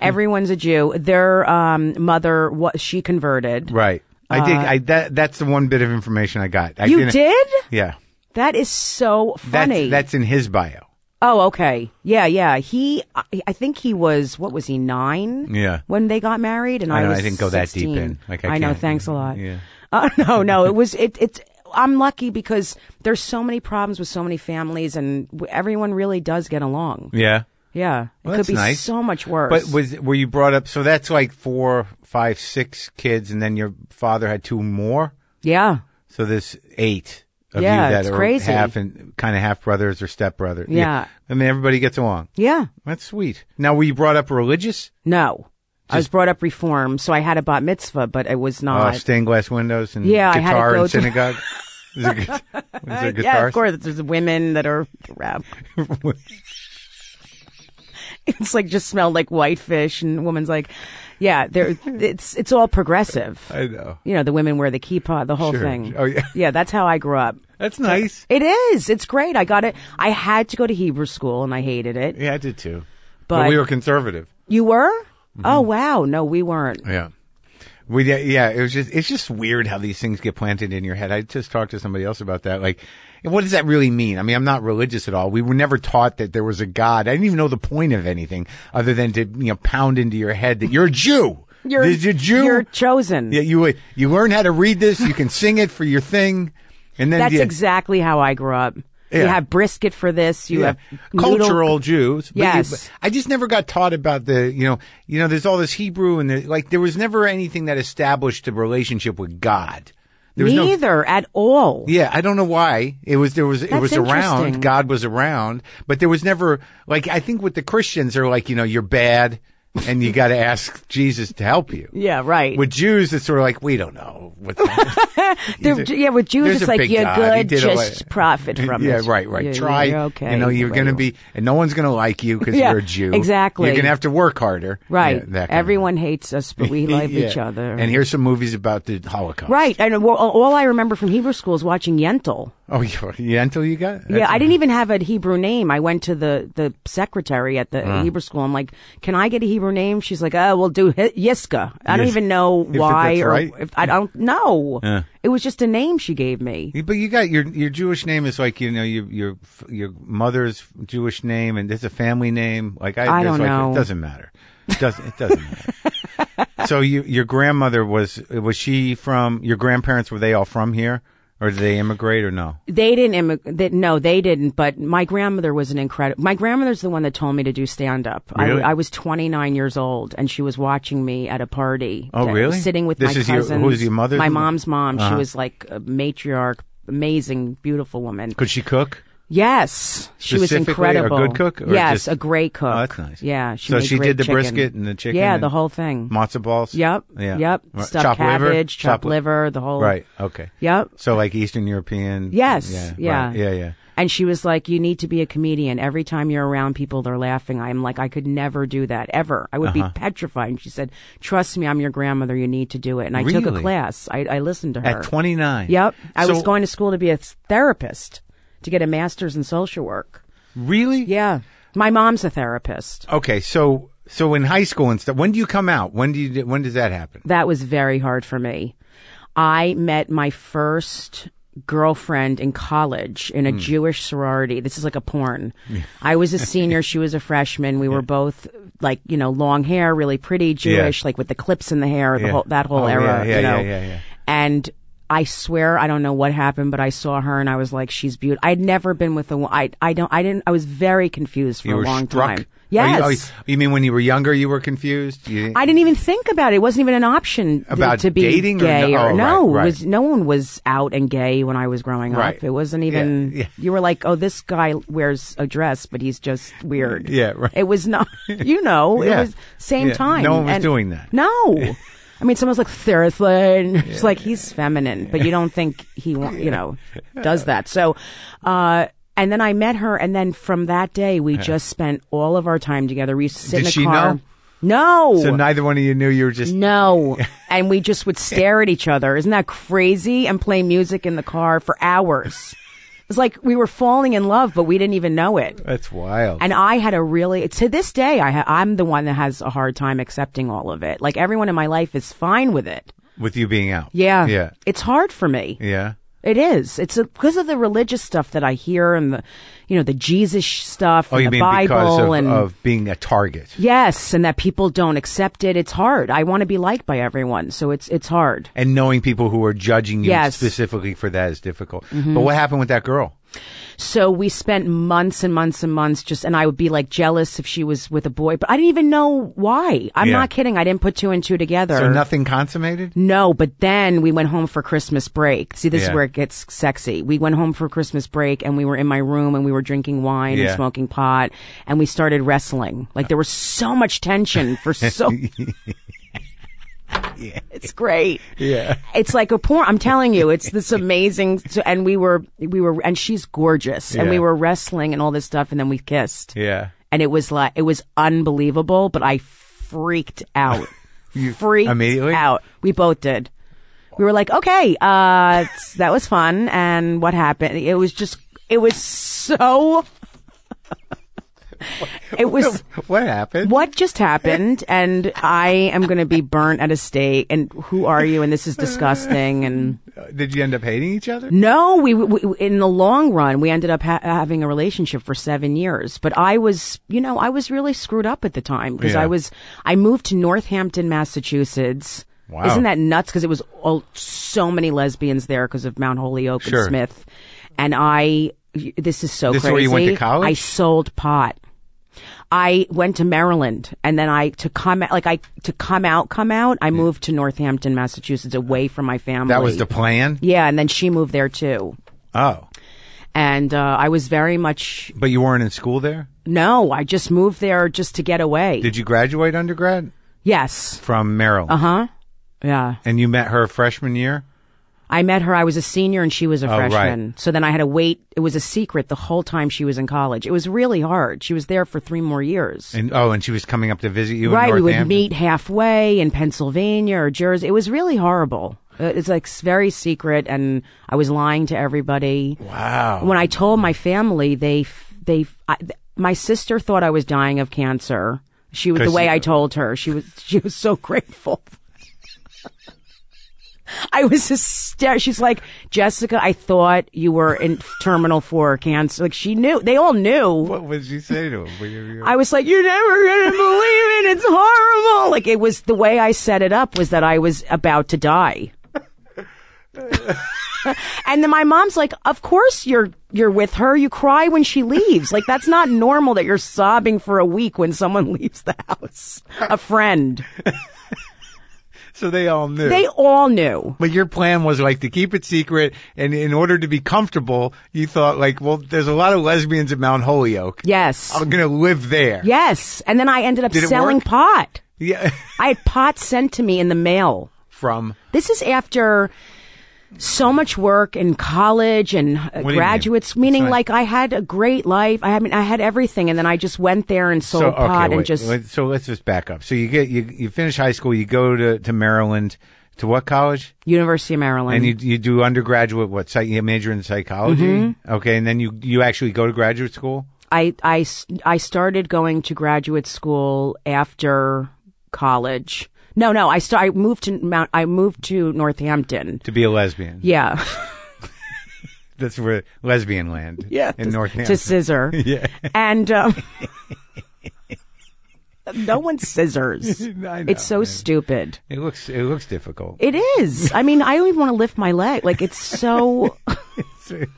everyone's a Jew. Their um, mother, what she converted.
Right. I did. I that that's the one bit of information I got. I
Uh, You
didn't-
did?
Yeah.
That is so
That's
funny.
that's in his bio.
oh, okay. Yeah, yeah. He, I, I think he was. What was he? Nine.
Yeah.
When they got married, and I,
I know,
was
I didn't go that deep
16.
in. Like, I
know.
can't.
Thanks a lot.
Yeah.
Uh, no, no. It was. It. It's. I'm lucky because there's so many problems with so many families, and w- everyone really does get along.
Yeah.
Yeah,
Well,
it
that's
could be
nice.
so much worse.
But was were you brought up? So that's like four, five, six kids, and then your father had two more.
yeah,
So there's eight of
Yeah,
you that
it's
are
crazy.
half and kind of half brothers or step brothers.
Yeah.
I mean, everybody gets along.
yeah.
That's sweet. Now, were you brought up religious?
No, I was brought up reform, so I had a bat mitzvah, but it was
Uh,
not.
stained glass windows and
Yeah, I had to
guitar
go
and
to-
synagogue. is there, gu- is there
yeah, of
guitars?
course. There's women that are rap. it's like just smelled like whitefish, and the woman's like, yeah, there. It's it's all progressive.
I know.
You know, the women wear the kippah, the whole
Sure.
thing.
Oh, yeah.
yeah. That's how I grew up.
That's nice.
It is. It's great. I got it. I had to go to Hebrew school, and I hated it.
Yeah, I did too.
But-
we were conservative.
You were?
Mm-hmm.
Oh wow! No, we weren't.
Yeah. We did- yeah, it was just it's just weird how these things get planted in your head. I just talked to somebody else about that. Like, what does that really mean? I mean, I'm not religious at all. We were never taught that there was a God. I didn't even know the point of anything other than to you know pound into your head that you're a Jew.
You're
There's a Jew.
You're chosen.
yeah, you you learn how to read this. You can sing it for your thing, and then
That's
yeah,
exactly how I grew up. You
Yeah.
have brisket for this. You
yeah.
have noodle-
cultural Jews. but you-
Yes.
but I just never got taught about the you know you know there's all this Hebrew and the, like there was never anything that established a relationship with God. There was no
Neither at all.
Yeah, I don't know why it was. There was it
That's
was
interesting.
around. God was around, but there was never like I think with the Christians are like you know you're bad, and you got to ask Jesus to help you.
Yeah, right.
With Jews, it's sort of like we don't know. What the,
They're-
There's a-
yeah, with Jews,
there's
it's
a
like
big
you're
God. He
good,
did all
just
that.
profit from
yeah,
it.
right, right.
Yeah,
Try.
you're okay.
You know you're
Right.
going to be, and no one's going to like you because
Yeah,
you're a Jew.
exactly.
You're going to have to work harder.
right.
Yeah, that kind of-
Everyone hates us, but we love
Yeah.
each other.
And here's some movies about the Holocaust.
right. And well, all I remember from Hebrew school is watching Yentl.
Oh, you, yeah, until you got.
yeah, I didn't even have a Hebrew name. I went to the, the secretary at
Ah.
the Hebrew school. I'm like, can I get a Hebrew name? She's like, oh, we'll do Hi- Yiska. I don't
Yes.
even know
If
why
that's
or
right.
if I don't know.
Yeah.
It was just a name she gave me.
Yeah, But you got your your Jewish name is like you know your your your mother's Jewish name and there's a family name like I,
I
there's
don't
like,
know.
it doesn't matter it doesn't it doesn't matter. so you, your grandmother was was she from your grandparents were they all from here or did they immigrate or no
They didn't immig- that no, they didn't, but my grandmother was an incredible, my grandmother's the one that told me to do stand up.
Really?
I, I was 29 years old and she was watching me at a party.
Oh,
that-
really?
Sitting with
This
my
is your- who
cousins.
is your mother? Uh-huh.
My mom's mom. She was like a matriarch, amazing, beautiful woman.
could she cook
Yes, she was
Specifically, a good
incredible.
cook or
yes,
just-
a great cook.
Oh, that's nice.
Yeah, she
So
made
she
great
did the
chicken.
brisket and the chicken
Yeah,
and-
the whole thing.
matzo balls
Yep.
yeah
Yep.
Right.
Stuffed
chopped
cabbage,
liver?
chopped
li-
liver, the whole.
right okay
Yep.
so like Eastern European
Yes,
yeah right.
yeah.
yeah yeah
And she was like, "You need to be a comedian. Every time you're around people, they're laughing." I'm like, "I could never do that ever. I would
Uh-huh.
be petrified." And she said, "Trust me, I'm your grandmother. You need to do it." And I took a
Really?
class. I, I listened to her.
at 29
Yep. I was
So-
going to school to be a therapist to get a master's in social work.
really
Yeah. My mom's a therapist.
Okay, so so in high school and stuff, when do you come out? When do you when does that happen?
That was very hard for me. I met my first girlfriend in college in a
Hmm.
Jewish sorority. This is like a porn. I was a senior, she was a freshman. We were both like, you know, long hair, really pretty Jewish, like with the clips in the hair, the
Yeah.
whole, that whole
Oh,
era,
yeah, yeah,
you know.
yeah, yeah, yeah.
And I swear, I don't know what happened, but I saw her and I was like, she's beautiful. I'd never been with a wo- I, I don't, I didn't, I was very confused for
You
a
were
long
struck.
time.
Are
Yes.
You, are you, you mean when you were younger, you were confused? You,
I didn't even think about it. It wasn't even an option th-
About
to be
dating or
gay
no-
or
oh,
no.
right,
it
right.
Was no one was out and gay when I was growing
Right.
up. It wasn't even.
Yeah, yeah.
You were like, oh, this guy wears a dress, but he's just weird.
Yeah, right.
It was not. You know,
Yeah.
it was same
Yeah.
time.
No one was
and-
doing that.
No. I mean, someone's like seriously, and it's like he's feminine, but you don't think he, wa- you know, does that. So, uh, And then I met her, and then from that day, we just spent all of our time together. We used to sit
Uh-huh. Did
in the
she
car.
know?
No.
So neither one of you knew you were just.
no. and we just would stare at each other. Isn't that crazy? And play music in the car for hours. It's like we were falling in love, but we didn't even know it.
That's wild.
And I had a really to this day I ha- I'm the one that has a hard time accepting all of it. Like everyone in my life is fine with it.
With you being out.
Yeah.
Yeah.
It's hard for me.
Yeah.
It is. It's because of the religious stuff that I hear and the you know the Jesus sh- stuff
Oh,
and
you
the
mean
Bible
because of,
and
of being a target?
yes and that people don't accept it. It's hard. I want to be liked by everyone, so it's it's hard.
And knowing people who are judging you
Yes. Mm-hmm.
specifically for that is difficult. But what happened with that girl?
So we spent months and months and months just, and I would be like jealous if she was with a boy, but I didn't even know why. I'm
Yeah.
not kidding. I didn't put two and two together.
So nothing consummated?
No, but then we went home for Christmas break. See, this
Yeah.
is where it gets sexy. We went home for Christmas break and we were in my room and we were drinking wine
Yeah.
and smoking pot and we started wrestling. Like there was so much tension for so. It's great.
Yeah.
It's like a porn. I'm telling you, it's this amazing. So, and we were, we were, and she's gorgeous. And we
Yeah.
were wrestling and all this stuff, and then we kissed.
Yeah.
And it was like, it was unbelievable, but I freaked out. freaked
immediately?
out. We both did. We were like, okay, uh, it's- that was fun. And what happened? It was just, it was so. it was
What happened?
what just happened and i am going to be burnt at a stake and who are you and this is disgusting and
Uh, Did you end up hating each other?
no we, we in the long run we ended up ha- having a relationship for 7 years but i was you know i was really screwed up at the time because
Yeah.
i was i moved to northampton massachusetts
Wow.
Isn't that nuts? Because it was all, so many lesbians there because of Mount Holyoke
Sure.
and Smith, and I. This is so
This is
crazy.
where you went to college?
I sold pot. I went to Maryland and then I to come like I to come out come out I moved to Northampton Massachusetts away from my family.
That was the plan?
Yeah, and then she moved there too.
Oh.
And uh, I was very much
But you weren't in school there?
no, I just moved there just to get away.
Did you graduate undergrad
yes.
from Maryland? Uh
Huh? Yeah.
And you met her freshman year?
I met her I was a senior and she was a
Oh, right.
freshman. So then I had to wait it was a secret the whole time she was in college. It was really hard. She was there for 3 more years.
And oh, and she was coming up to visit you
Right,
in
we would
Northampton?
meet halfway in Pennsylvania or Jersey. It was really horrible. Uh, It's like s- very secret, and I was lying to everybody.
Wow.
When I told my family, they f- they f- I, th- my sister thought I was dying of cancer. She was the
'Cause
way
you-
I told her. She was she was so grateful. I was hysterical. She's like, Jessica, I thought you were in terminal four cancer. Like she knew. They all knew.
What would you say to him? Were you-
I was like, you're never going to believe it. It's horrible. Like it was the way I set it up was that I was about to die. and then my mom's like, of course you're, you're with her. You cry when she leaves. Like that's not normal that you're sobbing for a week when someone leaves the house. A friend.
So they all knew.
They all knew.
But your plan was like to keep it secret, and in order to be comfortable, you thought like, well, there's a lot of lesbians at Mount Holyoke.
Yes.
I'm gonna live there.
Yes. And then I ended up
Oh, Did it
selling
work?
pot.
Yeah.
I had pot sent to me in the mail.
From
This is after so much work in college and uh,
mean?
graduates, meaning
Sorry.
like I had a great life. I mean, I had everything, and then I just went there and sold
so okay,
pot and
wait,
just
wait, so let's just back up. So you get you you finish high school, you go to to Maryland to what college,
University of Maryland.
and you you do undergraduate what psych you major in psychology.
Mm-hmm.
Okay, and then you you actually go to graduate school.
I, I s- I started going to graduate school after college. No, no, I st- I moved to Mount. I moved to Northampton.
To be a lesbian,
Yeah,
that's where lesbian land.
yeah.
in Northampton.
to scissor.
yeah,
and um, no one scissors.
I know,
it's so
man.
stupid.
it looks it looks difficult.
It is. I mean, I don't even want to lift my leg. Like it's so.
It's-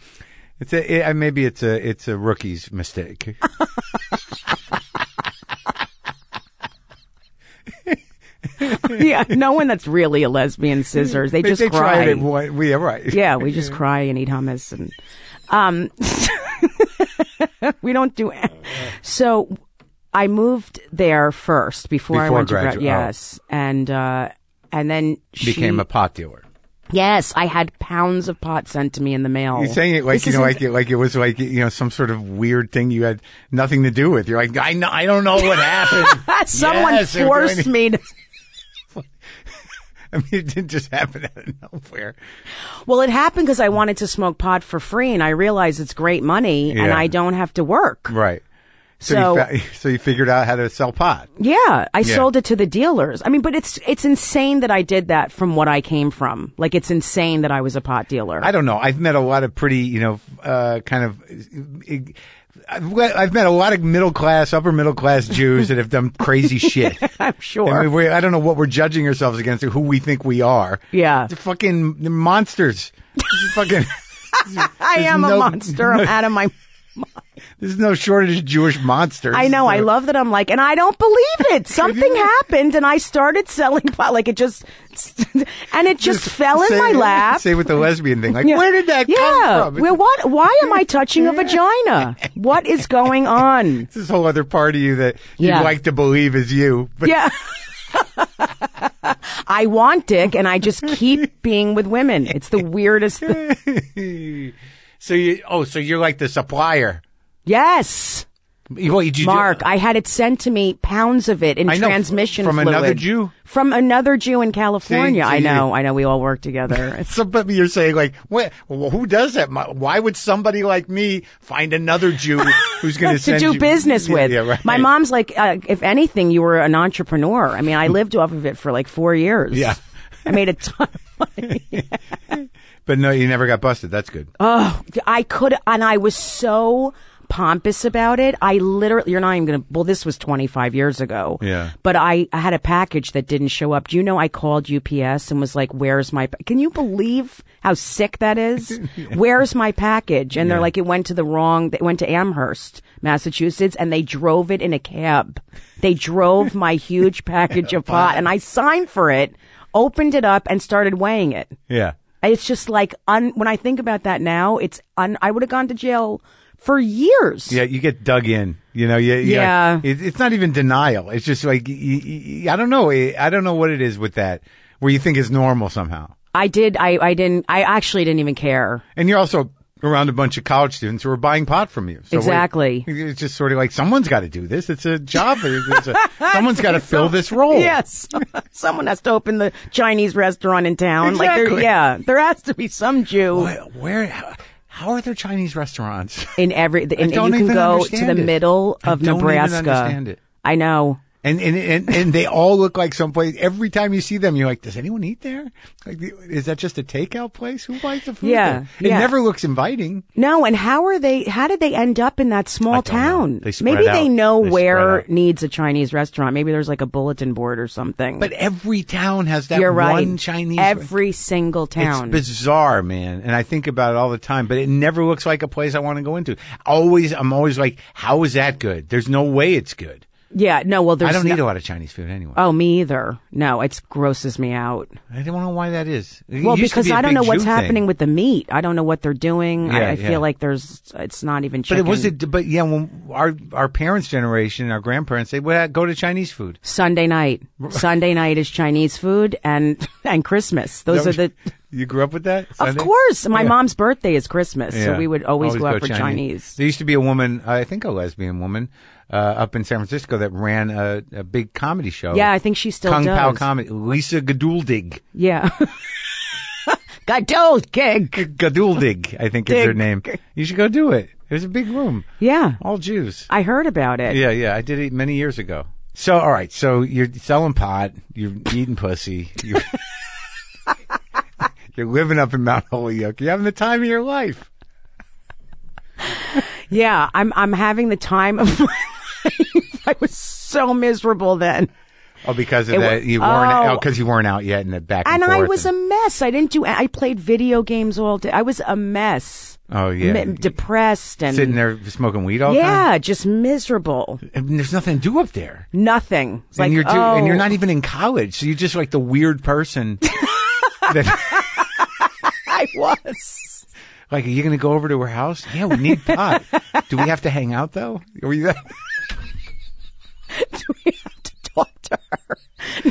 It's a, it, uh, maybe it's a it's a rookie's mistake.
yeah, no one that's really a lesbian scissors. They,
They,
just
they
cry.
tried it. One, we are right.
Yeah, we just cry and eat hummus and um we don't do so I moved there first before, I
Before
went to grad
gradu- oh.
yes and uh and then she
became a pot dealer.
Yes, I had pounds of pot sent to me in the mail.
You're saying it like
This
you know,
isn't-
like it, like it was like you know some sort of weird thing you had nothing to do with. You're like, I know, I don't know what happened.
someone
Yes, they were
forced
doing it.
me to.
I mean, it didn't just happen out of nowhere.
Well, it happened because I wanted to smoke pot for free, and I realized it's great money, and
Yeah.
I don't have to work.
Right. So,
So-
you fa- so you figured out how to sell pot.
Yeah, I sold it to the dealers. I mean, but it's it's insane that I did that from what I came from. Like, it's insane that I was a pot dealer.
I don't know. I've met a lot of pretty, you know, uh, kind of. I've I've met a lot of middle class, upper middle class Jews that have done crazy shit.
I'm
I, mean,
sure.
we, I don't know what we're judging ourselves against or who we think we are.
Yeah.
The fucking the monsters. This is fucking,
I am
no-
a monster. I'm out of my.
there's no shortage of Jewish monsters.
I know. I
So-
love that I'm like, and I don't believe it. Something happened, and I started selling pot. Like it just, and it just fell in
say-
my lap.
Say with the lesbian thing. Like,
Yeah.
where did that
yeah.
come from?
Well, what? Why am I touching a vagina? What is going on?
It's this whole other part of you that
Yeah.
you like to believe is you. But
Yeah. I want dick, and I just keep being with women. It's the weirdest. thing.
so you, oh, so you're like the supplier.
Yes,
Well, you, you
Mark. I had it sent to me, pounds of it in
I know,
transmission
from
fluid.
another Jew?
From another Jew in California. I
see.
know. I know. We all work together. It's
So, but you're saying like, what, well, who does that? My- Why would somebody like me find another Jew who's going
to
send
do
you-
business
Yeah,
with.
Yeah, right.
My mom's like, uh, if anything, you were an entrepreneur. I mean, I lived off of it for like four years.
Yeah.
I made a ton.
But no, you never got busted. That's good.
Oh, I could, and I was so pompous about it. I literally, you're not even going to, well, this was 25 years ago.
Yeah.
But I, I had a package that didn't show up. Do you know I called UPS and was like, where's my, pa-" can you believe how sick that is? Where's my package? And they're like, it went to the wrong, it went to Amherst, Massachusetts, and they drove it in a cab. They drove my huge package of pot and I signed for it, opened it up and started weighing it.
yeah.
It's just like un- when I think about that now, it's un- I would have gone to jail for years.
Yeah, you get dug in. You know, yeah,
Yeah.
It, it's not even denial. It's just like y- y- y- I don't know. I I don't know what it is with that where you think is normal somehow.
I did. I, I didn't. I actually didn't even care.
And you're also around a bunch of college students who are buying pot from you. So
Exactly.
it- it's just sort of like someone's got to do this. It's a job. It's a- someone's got to fill this role.
Yes, someone has to open the Chinese restaurant in town. Like, there,
Exactly.
yeah, there has to be some Jew
Where, where how, how are there Chinese restaurants?
in every. The, and
don't
you can
even
go to
understand
the
it.
middle
I
of
don't even
Nebraska.
understand it.
I know.
And, and and and they all look like someplace. Every time you see them, you're like, "Does anyone eat there? Like, the- is that just a takeout place? Who buys the food?
Yeah,
there? it
yeah.
never looks inviting.
No, and how are they? How did they end up in that smsmall
don't know.
town?
They spread
Maybe they
out.
know
They
where
spread out.
needs a Chinese restaurant. Maybe there's like a bulletin board or something.
But every town has that
You're right.
one Chinese.
Every single
it's
town.
bizarre, man, and I think about it all the time. But it never looks like a place I want to go into. Always, I'm always like, "How is that good? There's no way it's good.
yeah, no. Well, there's
I don't
no-
need a lot of Chinese food anyway.
Oh, me either. No, it grosses me out.
I don't know why that is. It
Well,
used to
because
be a
I don't
big
know what's
Jew
happening
thing.
with the meat. I don't know what they're doing. I,
Yeah,
I
yeah.
feel like there's. It's not even.
But
Chicken.
it was a, but yeah, when our our parents' generation, our grandparents, they would go to Chinese food.
Sunday night. Sunday night is Chinese food and and Christmas. Those are the.
you grew up with that.
Of
Sunday?
course, my mom's birthday is Christmas, so
Yeah.
we would always, go out for Chinese.
There used to be a woman, I think a lesbian woman, uh, up in San Francisco that ran a, a big comedy show.
Yeah, I think she still
Kung
does.
Pao comedy. Lisa Gaduldig.
Yeah. Got dole gig.
Gaduldig, I think is her
Dig.
name. You should go do it. It was a big room.
Yeah,
All Jews.
I heard about it.
Yeah, yeah. I did it many years ago. So, all right. So you're selling pot. You're eating pussy. You're, you're living up in Mount Holyoke. You're having the time of your life.
Yeah, I'm I'm having the time of my life. I was so miserable then.
Oh, because of
wa-
that, you weren't.
oh.
Oh, because you weren't out yet, and the back and,
And I
forth
was a
and-
mess. I didn't do I played video games all day. I was a mess.
Oh yeah.
Mi- depressed and
Sitting there smoking weed all the time.
Yeah, just miserable.
And there's nothing to do up there.
Nothing. It's
and
like,
you're do-
oh,
and you're not even in college, so you're just like the weird person. that,
I was.
like, are you going to go over to her house? Yeah, we need pot. do we have to hang out though? Were you that?
we have to talk to her.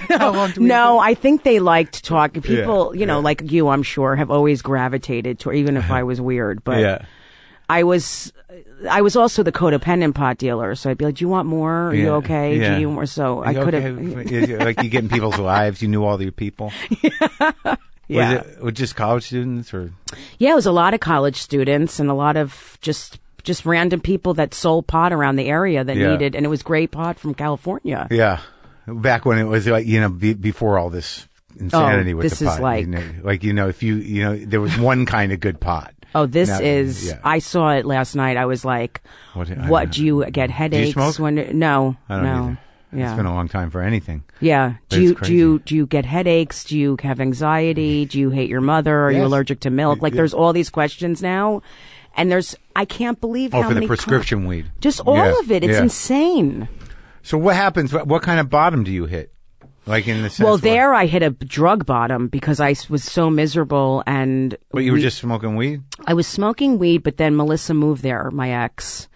How long do we
no, I think they liked talking. People, you know, like you, I'm sure, have always gravitated to, even if I was weird. But
Yeah.
I was, I was also the codependent pot dealer. So I'd be like, "Do you want more? Are you
Yeah.
okay?
Yeah.
Do you more?" So
Are
I
you
could have,
okay? Is it like you get in people's lives. You knew all your people.
yeah,
Was it, were just college students or
yeah. It was a lot of college students and a lot of just. Just random people that sold pot around the area that
Yeah.
needed, and it was great pot from California.
yeah, back when it was like you know be, before all this insanity with
Oh, this
the
is
pot.
like-
you know, like you know if you you know there was one kind of good pot.
Oh, this
Now-
is.
yeah.
I saw it last night. I was like,
What-
"What?
I know.
do you get headaches
smoke?
when? No,
I don't
no,
either.
yeah,
It's been a long time for anything.
yeah.
it's
Do you
crazy.
do you do you get headaches? Do you have anxiety? Do you hate your mother? Are you
Yes.
allergic to milk? Like, there's all these questions now, and there's. I can't believe
Oh,
how
for the
many co-
prescription weed.
just all
Yeah,
of it. It's
yeah.
insane.
So what happens? What, what kind of bottom do you hit? Like in the sense
well,
where-
there I hit a drug bottom because I s- was so miserable, and
But you were just smoking weed.
I was smoking weed, but then Melissa moved there, my ex,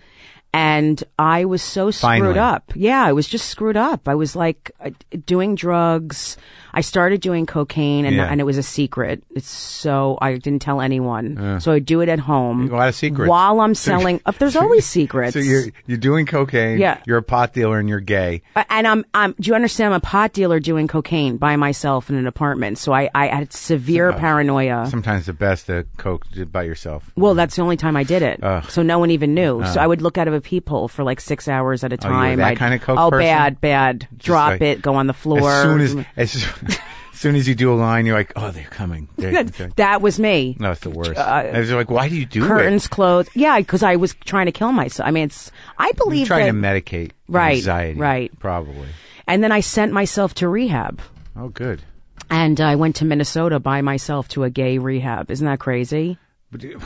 and I was so screwed
Finally.
up. Yeah, I was just screwed up. I was like uh, doing drugs. I started doing cocaine, and
Yeah.
and it was a secret. It's so I didn't tell anyone. So I do it at home.
A lot of secrets.
While I'm selling, up there's always secrets.
So you're you're doing cocaine.
Yeah.
You're a pot dealer and you're gay.
Uh, and I'm, I'm, do you understand? I'm a pot dealer doing cocaine by myself in an apartment. So I, I had severe paranoia.
Sometimes the best uh, coke d- by yourself.
Well, that's the only time I did it. So no one even knew. so I would look out of a peephole for like six hours at a
you were
time.
that
I'd-
kind of coke
Oh,
person?
bad, bad. Drop
like-
it. Go on the floor. Mm.
As soon as as, as soon as you do a line, you're like, oh, they're coming. They're, they're-
that was me.
no, it's the worst.
Uh,
I was like, why do you do
Curtains closed. Yeah, because I was trying to kill myself. I mean, it's. I
it? You're
believe
trying
that.
to medicate
Right,
anxiety,
right.
Probably.
and then I sent myself to rehab,
Oh, good.
and I went to Minnesota by myself to a gay rehab. Isn't that crazy?
But, do-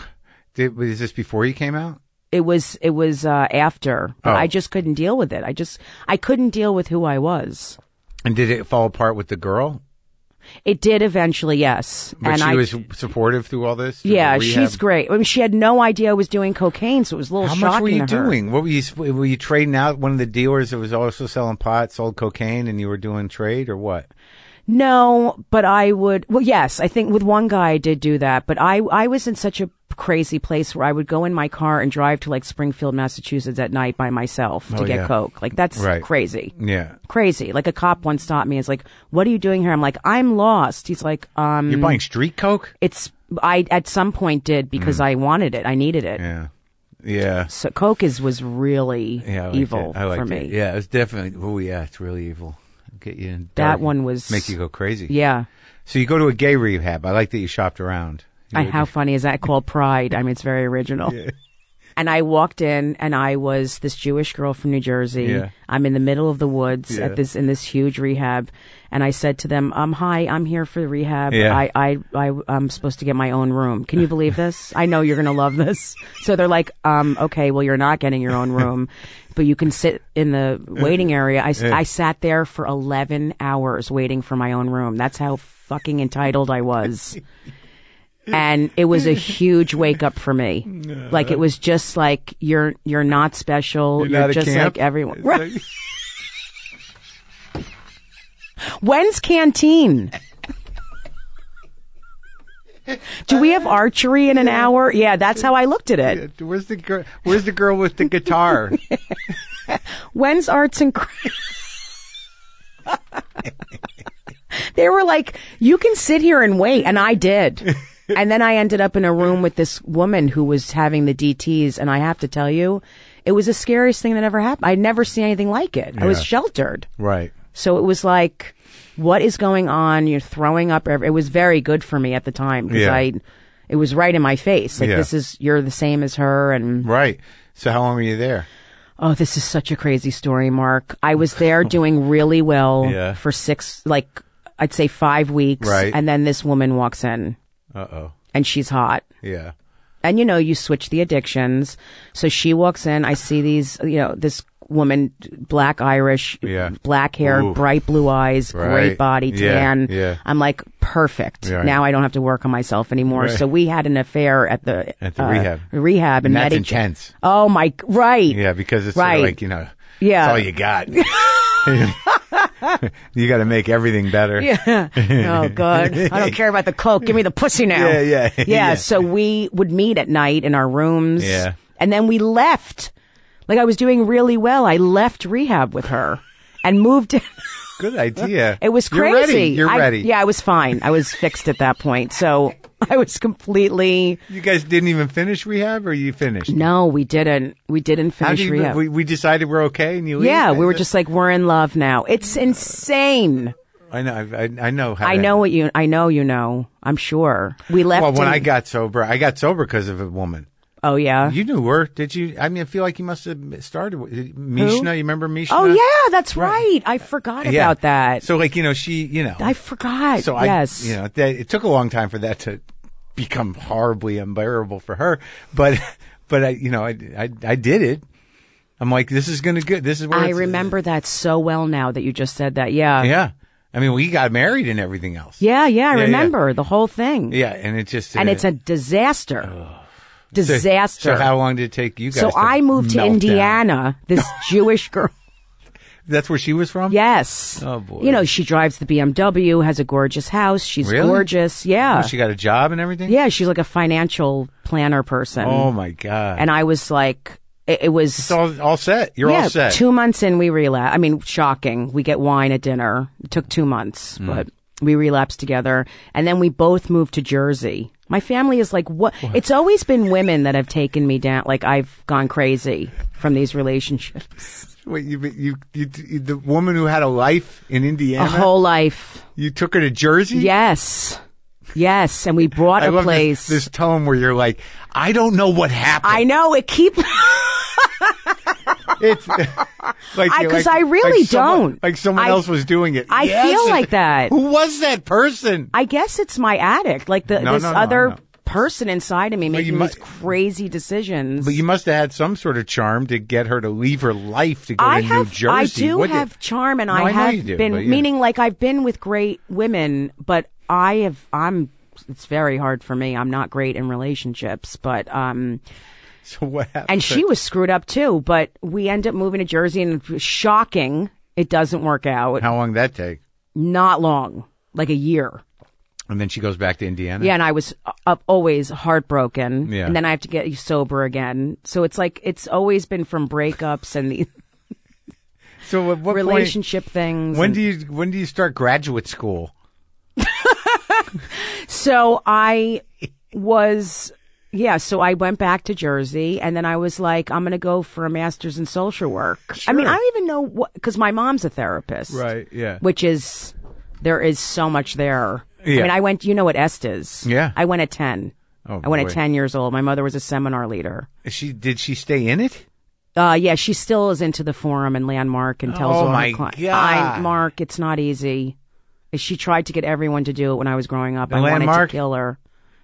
did, was this before you came out?
It was. It was uh, after, but
Oh.
I just couldn't deal with it. I just. I couldn't deal with who I was.
And did it fall apart with the girl?
It did eventually, yes.
But
and
she
I
was supportive through all this. through the
Yeah,
rehab?
she's great. I mean, she had no idea I was doing cocaine, so it was a little
How
shocking
much were you
to her.
doing? What were you were you trading out? One of the dealers that was also selling pot sold cocaine, and you were doing trade or what?
No, but I would. Well, yes, I think with one guy I did do that, but I I was in such a crazy place where I would go in my car and drive to like Springfield, Massachusetts at night by myself to
Oh,
get
yeah.
coke. Like that's
Right.
crazy.
Yeah,
Crazy. Like a cop once stopped me. It's like, "What are you doing here?" I'm like, "I'm lost." He's like, "Um,
you're buying street coke.
it's I at some point did because I wanted it. I needed it.
Mm. Yeah, yeah,
So coke is was really
yeah. I liked
evil
it. I liked
for me.
it. Yeah, it's definitely. Oh yeah, it's really evil. Get you in
That
dark,
one was-
make you go crazy.
yeah.
So you go to a gay rehab. I like that you shopped around. You
I,
were-
how funny is that called pride? I mean, it's very original. And I walked in, and I was this Jewish girl from New Jersey.
Yeah.
I'm in the middle of the woods
Yeah.
at this in this huge rehab, and I said to them, "Um, hi, I'm here for the rehab.
Yeah.
I, I, I, I'm supposed to get my own room. Can you believe this? I know you're gonna love this." So they're like, "Um, okay, well, you're not getting your own room, but you can sit in the waiting area." I, s- I sat there for 11 hours waiting for my own room. That's how fucking entitled I was and it was a huge wake up for me. Like it was just like you're you're not special. You're,
not a
just
camp?
like everyone.
It's
Right.
like-
When's canteen? Do we have archery in an hour? Yeah, that's how I looked at it.
Where's the girl? Where's the girl with the guitar?
When's arts and crafts? they were like, you can sit here and wait. And I did. And then I ended up in a room with this woman who was having the DTs. And I have to tell you, it was the scariest thing that ever happened. I'd never seen anything like it. I was
Yeah.
sheltered.
right.
So it was like, what is going on? You're throwing up. Every- it was very good for me at the time because
Yeah.
I, it was right in my face. Like,
Yeah.
this is, you're the same as her. And
Right. So how long were you there?
Oh, this is such a crazy story, Mark. I was there doing really well
Yeah.
for six, like, I'd say five weeks.
Right.
And then this woman walks in
Uh oh.
and she's hot.
Yeah.
And you know, you switch the addictions. So she walks in. I see these, you know, this woman, black Irish,
Yeah.
black hair,
Ooh.
bright blue eyes,
Right.
great body,
Yeah,
tan.
yeah.
I'm like, perfect.
Yeah.
Now I don't have to work on myself anymore.
Right.
So we had an affair at the, uh,
At the rehab.
rehab
And
and
that's
met each-
intense.
Oh my, right.
Yeah, because it's sort of
Right.
like you know,
Yeah.
it's all you got. you got to make everything better.
Yeah. Oh God. I don't care about the coke. Give me the pussy now.
Yeah, yeah,
Yeah.
yeah.
So we would meet at night in our rooms.
Yeah.
And then we left. Like I was doing really well. I left rehab with her and moved.
Good idea.
It was
You're
crazy.
ready. You're
I-
ready.
Yeah, I was fine. I was fixed at that point. So I was completely.
You guys didn't even finish rehab, or you finished?
No, we didn't. We didn't
How
finish
do you,
rehab.
we, we decided we're okay, and you leave.
yeah, we were
I-
just like we're in love now. It's insane.
I know. I, I know how.
I
that-
know what you. I know you know. I'm sure. We left.
Well, when
and-
I got sober, I got sober because of a woman.
Oh yeah.
You knew her, did you? I mean, I feel like you must have started with Mishna. You remember Mishna?
Oh yeah, that's
Right.
right. I forgot
Yeah.
about that.
So, like, you know, she, you know,
I forgot.
So
yes.
I, you know, that, it took a long time for that to become horribly unbearable for her. But, but I, you know, I, I, I did it. I'm like, this is gonna good. This is where
I
it's- uh,
remember that so well now that you just said that. Yeah.
Yeah, I mean, we got married and everything else.
Yeah, yeah, I
Yeah, yeah.
remember the whole thing.
yeah, and it just uh,
And it's a disaster.
So,
disaster.
how long did it take you guys?
So
to
I moved to
melt down?
Indiana, this Jewish girl.
That's where she was from.
Yes.
Oh, boy.
You know, she drives the BMW, has a gorgeous house. She's
Really?
gorgeous. Yeah.
Oh, she got a job and everything.
yeah, she's like a financial planner person.
Oh my god.
And I was like, it, it was
it's all all set. You're
yeah,
all set.
Two months in, we relapse. I mean, shocking. We get wine at dinner. It took two months,
Mm.
but we relapsed together, and then we both moved to Jersey. My family is like, what? It's always been women that have taken me down. Like I've gone crazy from these relationships.
Wait, you, you, you, you- the woman who had a life in Indiana.
A whole life.
you took her to Jersey.
Yes, yes, and we bought
I
a
love this-
place.
This, tone where you're like, I don't know what happened.
I know it keep.
it's like
I- 'cause
like-
I really
like someone-
don't.
Like someone
I-
else was doing it.
I feel like that.
Who was that person?
I guess it's my addict. Like the,
No,
this
no, no, I know.
other person inside of me
you
making
mu-
these crazy decisions.
But you must have had some sort of charm to get her to leave her life to go
I
to
have,
New Jersey.
I do
would you?
have charm, and
No,
I,
I know
have
you do,
been
but yeah.
meaning like I've been with great women, but I have. I'm. It's very hard for me. I'm not great in relationships, but um,
So what happened?
and she was screwed up too. But we end up moving to Jersey, and it was shocking, it doesn't work out.
How long did that take?
Not long, like a year.
And then she goes back to Indiana.
Yeah, and I was uh, up always heartbroken.
Yeah.
And then I have to get sober again. So it's like it's always been from breakups and the
So at what point?
relationship things.
When
and-
do you when do you start graduate school?
So I was, yeah. So I went back to Jersey, and then I was like, I'm going to go for a master's in social work. I mean,
Sure.
I don't even know what because my mom's a therapist,
Yeah.
Which is there is so much there. I
Yeah.
mean, I went. You know what est is?
Yeah.
I went at ten.
Oh,
I went
boy.
at ten years old. My mother was a seminar leader.
She did she stay in it?
Uh, yeah, she still is into the forum and landmark and tells
Oh,
all
my
her clients.
God.
I, Mark, it's not easy. She tried to get everyone to do it when I was growing up. I wanted
Landmark?
to kill her.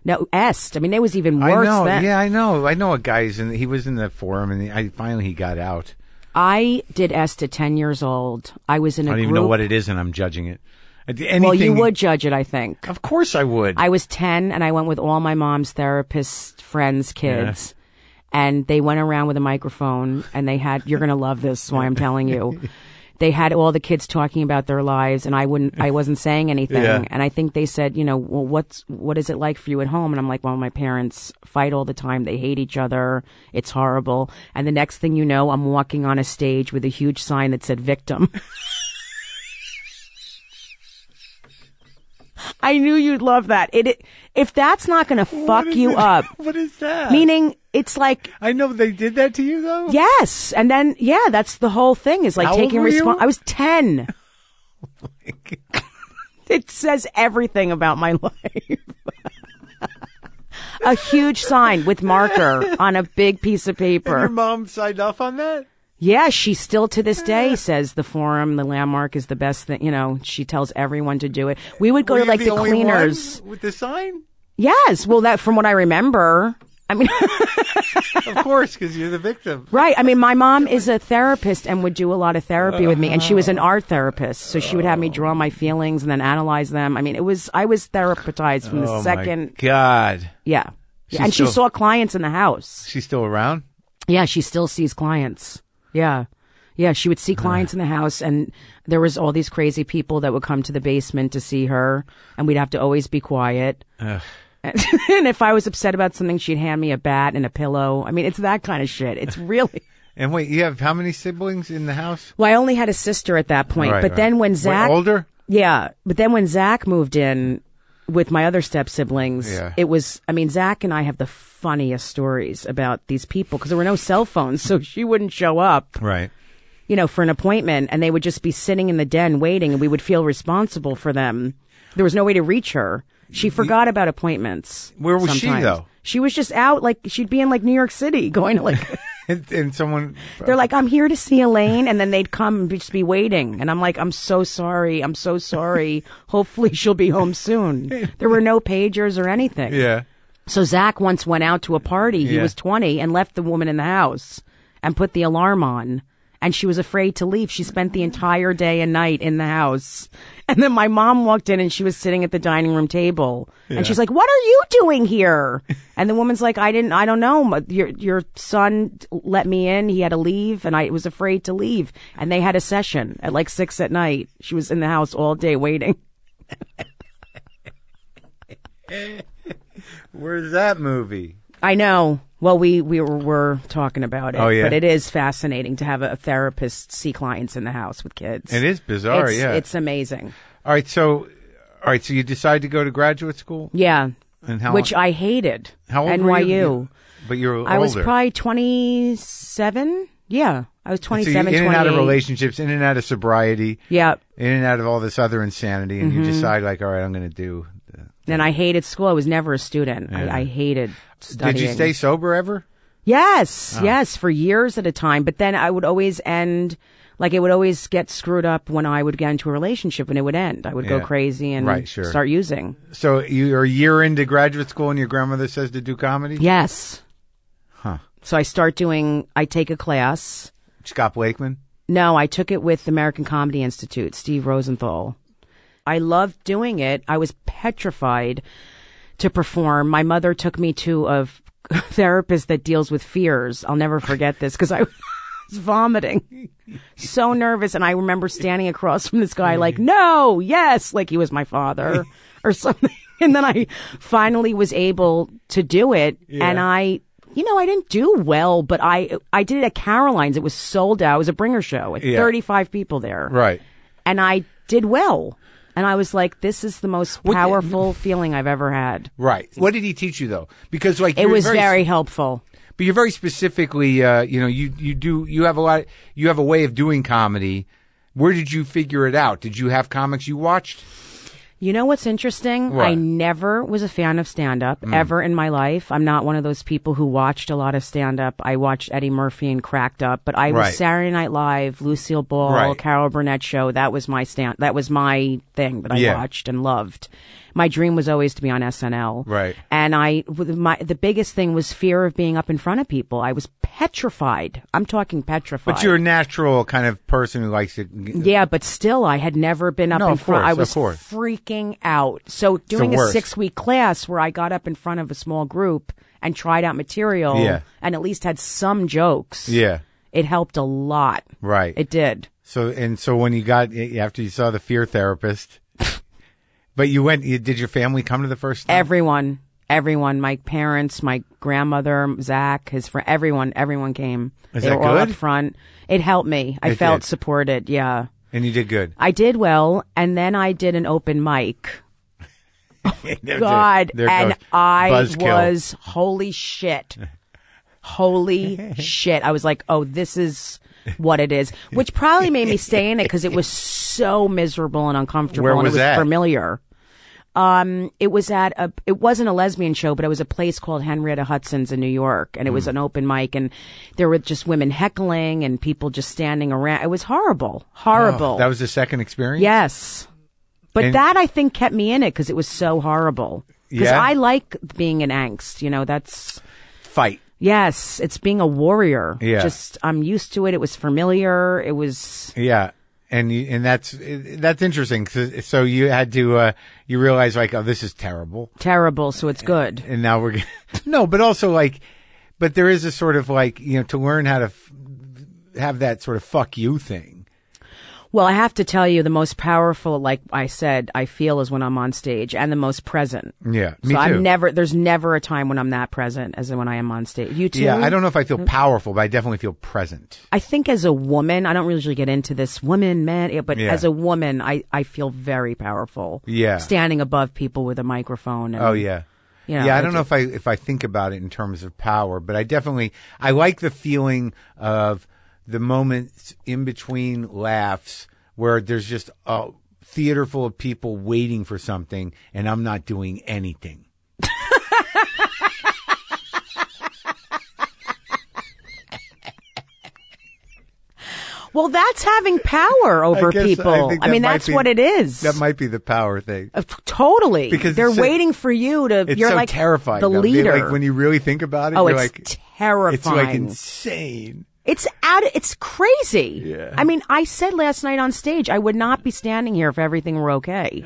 No, Est. I mean, it was even worse
I know.
then.
Yeah, I know. I know a guy's and he was in the forum, and I finally he got out.
I did Est at 10 years old. I was in a
I don't
group.
even know what it is, and I'm judging it. I did Anything,
well, you would judge it, I think.
Of course, I would.
I was 10 and I went with all my mom's therapist friends' kids. And they went around with a microphone and they had, you're going to love this, why I'm telling you. They had all the kids talking about their lives and I wouldn't, I wasn't saying anything.
Yeah.
And I think they said, you know, well, what's, what is it like for you at home? And I'm like, well, my parents fight all the time. They hate each other. It's horrible. And the next thing you know, I'm walking on a stage with a huge sign that said victim. I knew you'd love that. It, it if that's not going to fuck
What is
you
it-
up,
What is that?
meaning it's like
I know they did that to you though.
yes, and then yeah, that's the whole thing is like
How old
taking
were you? Oh
response. I was ten. it says everything about my life. a huge sign with marker on a big piece of
Your
paper.
mom signed off on that.
Yeah, she still to this day says the forum, the landmark is the best thing. You know, she tells everyone to do it. We would go
Were
to
you
like
the,
the
only one
cleaners.
with the sign.
Yes. Well, that from what I remember, I mean,
of course, because you're the victim.
right. I mean, my mom is a therapist and would do a lot of therapy with me. And she was an art therapist. So she would have me draw my feelings and then analyze them. I mean, it was, I was therapized from the
Oh,
second.
my God.
Yeah.
She's
and she
still-
saw clients in the house.
She's still around?
Yeah. She still sees clients. Yeah. Yeah. She would see clients in the house and there was all these crazy people that would come to the basement to see her and we'd have to always be quiet. and if I was upset about something, she'd hand me a bat and a pillow. I mean, it's that kind of shit. It's really.
And wait, you have how many siblings in the house?
Well, I only had a sister at that point,
Right,
but
right.
then when
Wait,
Zach,
older?
yeah, but then when Zach moved in with my other step siblings,
Yeah.
it was. I mean, Zach and I have the funniest stories about these people because there were no cell phones, so she wouldn't show up,
Right.
you know, for an appointment, and they would just be sitting in the den waiting, and we would feel responsible for them. There was no way to reach her. She forgot about appointments.
Where was she,
sometimes.
though?
She was just out, like she'd be in like New York City, going to like.
And, and someone.
They're like, I'm here to see Elaine. And then they'd come and just be waiting. And I'm like, I'm so sorry. I'm so sorry. Hopefully she'll be home soon. There were no pagers or anything.
Yeah.
So Zach once went out to a party. He
Yeah.
was 20 and left the woman in the house and put the alarm on. And she was afraid to leave. She spent the entire day and night in the house. And then my mom walked in and she was sitting at the dining room table. And she's like, what are you doing here? And the woman's like, I didn't, I don't know. M- Your, your son let me in. He had to leave and I was afraid to leave. And they had a session at like six at night. She was in the house all day waiting.
Where's that movie?
I know. Well, we we were, were talking about it.
Oh, yeah.
But it is fascinating to have a therapist see clients in the house with kids.
It is bizarre,
It's-
yeah.
It's amazing.
All right, so. All right, so you decide to go to graduate school?
Yeah.
And how
Which I hated.
How old were
NYU.
you? But you were older.
I was probably 27. Yeah. I was
so you
27,
in and out of
28.
relationships, in and out of sobriety,
Yeah.
in and out of all this other insanity, and you
Mm-hmm.
decide like, all right, I'm going to do. The...
And I hated school. I was never a student. I, I hated studying.
Did you stay sober ever?
Yes,
Ah.
yes, for years at a time. But then I would always end, like it would always get screwed up when I would get into a relationship and it would end. I would
Yeah.
go crazy and
Right, sure.
start using.
So you're a year into graduate school, and your grandmother says to do comedy.
Yes.
Huh.
So I start doing, I take a class.
Scott Wakeman.
No, I took it with American Comedy Institute, Steve Rosenthal. I loved doing it. I was petrified to perform. My mother took me to a f- therapist that deals with fears. I'll never forget this because I was vomiting. So nervous. And I remember standing across from this guy like, no, yes, like he was my father or something. And then I finally was able to do it. And I, you know, I didn't do well, but I, I did it at Caroline's. It was sold out. It was a bringer show. It-
Yeah.
35 people there
Right.
and I did well. And I was like, this is the most powerful feeling I've ever had.
Right. What did he teach you though? Because like
It
you're
was very, helpful.
but you're very specifically, uh, you know, you you do you have a lot, you have a way of doing comedy. Where did you figure it out? Did you have comics you watched?
You know what's interesting?
What? Mm.
I never was a fan of stand up ever in my life. I'm not one of those people who watched a lot of stand up. I watched Eddie Murphy and Cracked Up, but I
Right.
was Saturday Night Live, Lucille Ball,
Right.
Carol Burnett show. That was my stand. That was my thing that I
Yeah.
watched and loved. My dream was always to be on SNL.
Right.
And I, with my, the biggest thing was fear of being up in front of people. I was petrified. I'm talking petrified.
But you're a natural kind of person who likes to.
Yeah, but still, I had never been up
No,
in
of
front.
course,
I
of
was
course.
freaking out. So doing a
worst.
six week class where I got up in front of a small group and tried out material
Yeah.
and at least had some jokes.
Yeah.
It helped a lot.
Right.
It did.
So and so when you got after you saw the fear therapist, but you went. You, did your family come to the first? time?
Everyone, everyone, my parents, my grandmother, Zach, his friend, everyone, everyone came.
Is
they
that
were all up
good?
front. It helped me. I
It
felt
did.
supported. Yeah.
and you did good.
I did well. And then I did an open mic. God.
There
and
goes
I
buzzkill.
was, holy shit. Holy shit. I was like, oh, this is what it is, which probably made me stay in it because it was so miserable and uncomfortable.
Where
and
was
it was
that?
familiar. Um, it was at a, it wasn't a lesbian show, but it was a place called Henrietta Hudson's in New York. And it
Hmm.
was an open mic and there were just women heckling and people just standing around. It was horrible. Horrible.
Oh, That was the second experience.
Yes. But
And-
that I think kept me in it because it was so horrible. Because
Yeah?
I like being in angst. You know, that's
fight.
Yes, it's being a warrior.
Yeah.
Just I'm used to it. It was familiar. It was
Yeah. And you, and that's that's interesting. So, so you had to uh, you realize like oh this is terrible,
terrible, so it's good.
and now we're gonna, no, but also like, but there is a sort of like you know to learn how to f- have that sort of fuck you thing.
Well, I have to tell you the most powerful like I said, I feel is when I'm on stage and the most present.
Yeah, me
so
too.
I'm never there's never a time when I'm that present as when I am on stage. You too. Mm-hmm.
yeah, I don't know if I feel powerful, but I definitely feel present.
I think as a woman, I don't usually get into this woman, man, yeah, but
Yeah.
as a woman, I, I feel very powerful.
Yeah.
Standing above people with a microphone. And,
Oh yeah.
Mm-hmm. you know,
yeah, I
I
don't know if I if I think about it in terms of power, but I definitely I like the feeling of the moments in between laughs where there's just a theater full of people waiting for something and I'm not doing anything.
Well, that's having power over
I guess I
people.
think
I,
that
mean,
might
that's
be-
what it is.
That might be the power thing.
Uh, t- totally.
Because
they're
it's so-
waiting for you to.
It's
you're
so
like
terrifying.
The
though. I mean,
leader.
Like when you really think about it,
oh,
you're
it's
like it's
terrifying.
like insane.
It's out. It's crazy.
Yeah.
I mean, I said last night on stage, I would not be standing here if everything were okay.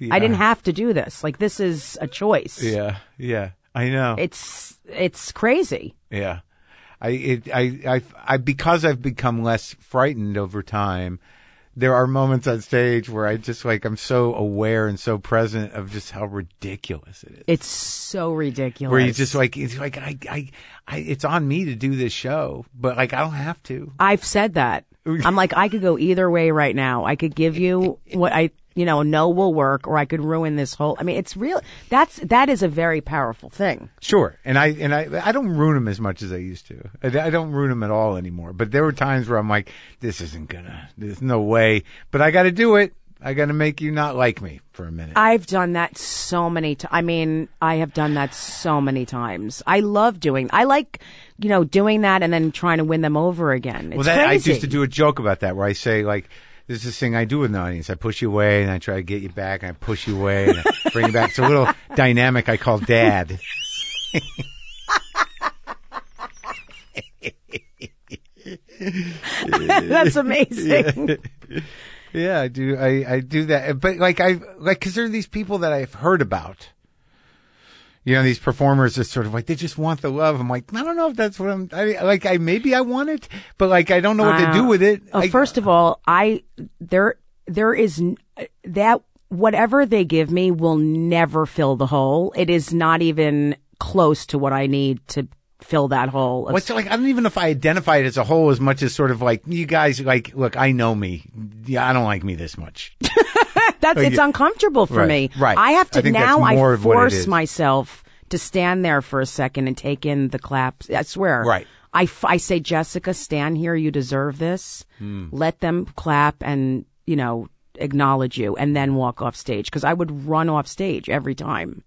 I didn't have to do this. Like this is a choice.
Yeah, yeah. I know.
It's it's crazy.
Yeah. I, it, I, I, I, because I've become less frightened over time, there are moments on stage where I just like, I'm so aware and so present of just how ridiculous it is.
It's so ridiculous.
Where you just like, it's like, I, I, I, it's on me to do this show, but like, I don't have to.
I've said that. I'm like, I could go either way right now. I could give you what I, you know, know will work, or I could ruin this whole. I mean, it's real. That's that is a very powerful thing.
Sure. And I, and I, I don't ruin them as much as I used to. I, I don't ruin them at all anymore. But there were times where I'm like, this isn't gonna, there's no way, but I gotta do it. I gotta make you not like me for a minute.
I've done that so many times. I mean, I have done that so many times. I love doing. I like, you know, doing that and then trying to win them over again. It's
Well, that, I
crazy.
used to do a joke about that where I say like, "There's this thing I do with an audience. I push you away and I try to get you back, and I push you away and I bring you back." It's a little dynamic I call dad.
That's amazing.
Yeah, I do. I, I do that, but like I like because there are these people that I've heard about. You know, these performers are sort of like they just want the love. I'm like, I don't know if that's what I'm. I, like, I maybe I want it, but like I don't know what to
Uh,
do with it.
uh,
I-
first of all, I there there is n- that whatever they give me will never fill the hole. It is not even close to what I need to fill that hole. of-
What's like? I don't even know if I identify it as a whole as much as sort of like you guys like. Look, I know me. Yeah, I don't like me this much.
That's it's uncomfortable for
Oh, Right,
me.
right.
I have to
I think that's
now.
more
I
of what it
force
is.
myself to stand there for a second and take in the claps. I swear.
Right.
I, f- I say, Jessica, stand here. You deserve this.
Hmm.
Let them clap and you know acknowledge you, and then walk off stage because I would run off stage every time.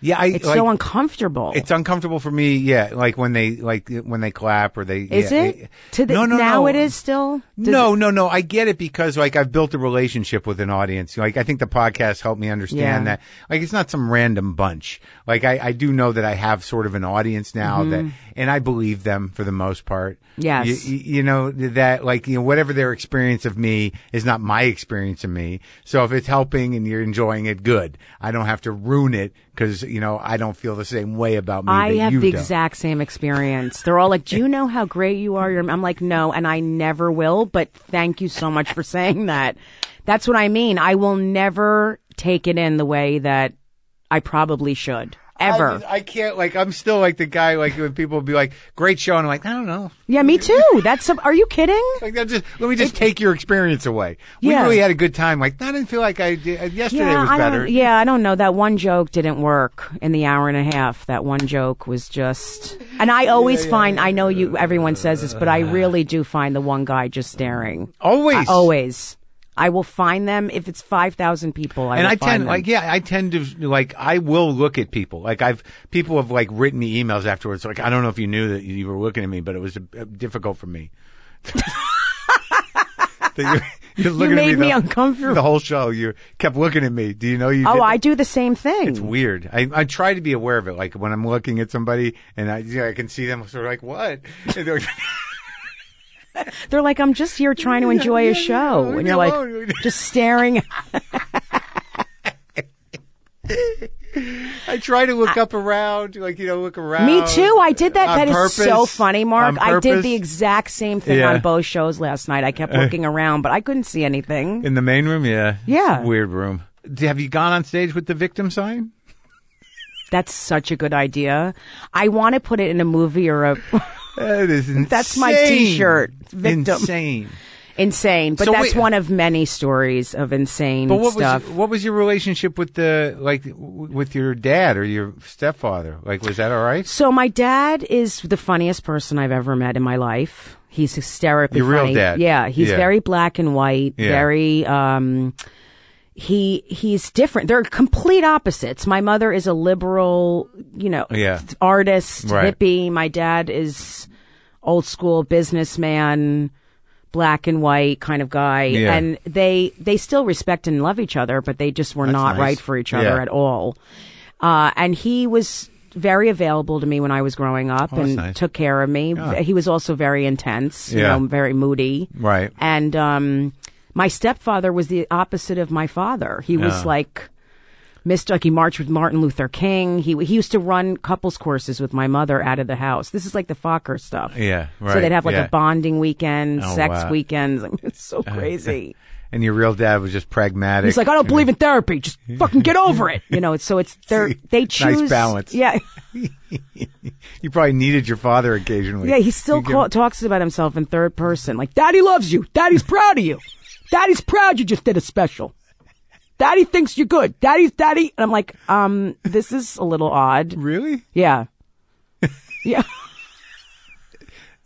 Yeah, I,
It's
like,
so uncomfortable.
it's uncomfortable for me. Yeah, like when they like when they clap or they
is
yeah,
it? to the
no, no,
now
no.
it is still. Does-
no, no, no. I get it because like I've built a relationship with an audience. Like I think the podcast helped me understand
Yeah.
that. Like it's not some random bunch. Like I, I do know that I have sort of an audience now that, and I believe them for the most part.
Mm-hmm. Yes.
You- You, you know that like you know whatever their experience of me is not my experience of me. So if it's helping and you're enjoying it, good. I don't have to ruin it because you know I don't feel the same way about me.
I
that
have
you
the
don't.
exact same experience. They're all like, "Do you know how great you are?" You're- I'm like, "No," and I never will. But thank you so much for saying that. That's what I mean. I will never take it in the way that I probably should ever.
I, just- I can't like I'm still like the guy like when people be like great show and I'm like I don't know
yeah, me too. That's some, are you kidding?
like that just let me just take your experience away. We
Yeah.
really had a good time. Like I didn't feel like I did yesterday
yeah,
was
I
better.
don't. Yeah, I don't know. That one joke didn't work in the hour and a half. That one joke was just. And I always find. I know you. Everyone says this, but I really do find the one guy just staring.
Always.
I- always. I will find them if it's five thousand people. I
And
will
I
find
tend
them.
like yeah I tend to like I will look at people like I've people have like written me emails afterwards like I don't know if you knew that you were looking at me but it was uh, difficult for me. That you- You're
You
looking at
made me
the-
uncomfortable.
The whole show, you kept looking at me. Do you know you? did
Oh,
that?
I do the same thing.
It's weird. I, I try to be aware of it. Like when I'm looking at somebody and I, you know, I can see them sort of like, what? And they're like,
They're like, I'm just here trying to enjoy
yeah,
a show.
yeah,
and
yeah,
you're like,
alone.
just staring.
I try to look up around, like, you know, look around.
Me too. I did that.
Oh. On
That is
purpose.
so funny, Mark.
On
I did
purpose.
the exact same thing
Yeah.
on both shows last night. I kept looking around, but I couldn't see anything.
In the main room? Yeah.
Yeah.
Weird room. D- Have you gone on stage with the victim sign?
That's such a good idea. I want to put it in a movie or a
That Eh, is insane.
That's my t-shirt. Victim.
Insane.
insane, but
So wait-
that's one of many stories of insane
But what
stuff.
was what was your relationship with the like w- with your dad or your stepfather? Like, was that all right?
So my dad is the funniest person I've ever met in my life. He's hysterically
Your real
funny.
dad.
Yeah, he's
Yeah.
very black and white.
Yeah.
Very. um he he's different. They're complete opposites. My mother is a liberal, you know,
Yeah.
artist,
Right.
hippie. My dad is old school businessman, black and white kind of guy.
Yeah.
And they they still respect and love each other, but they just were not
nice.
right for each other
Yeah.
at all. Uh, and he was very available to me when I was growing up
Oh, that's
and
nice.
took care of me. He was also very intense, you
Yeah.
know, very moody.
Right.
And um, my stepfather was the opposite of my father. He was
Yeah.
like Mr. Like he marched with Martin Luther King. He he used to run couples courses with my mother out of the house. This is like the Fokker stuff.
Yeah,
So
right,
they'd have like
yeah.
a bonding weekend,
Oh,
sex
wow.
weekends. I mean, it's so crazy.
And your real dad was just pragmatic.
He's like, I don't believe in therapy. Just fucking get over it. You know, it's, so it's they're, they
nice
choose
balance.
Yeah,
you probably needed your father occasionally.
yeah. He still
give-
call, talks about himself in third person. Like, Daddy loves you. Daddy's proud of you. Daddy's proud you just did a special. Daddy thinks you're good. Daddy's daddy, and I'm like, um, this is a little odd.
really?
Yeah, yeah.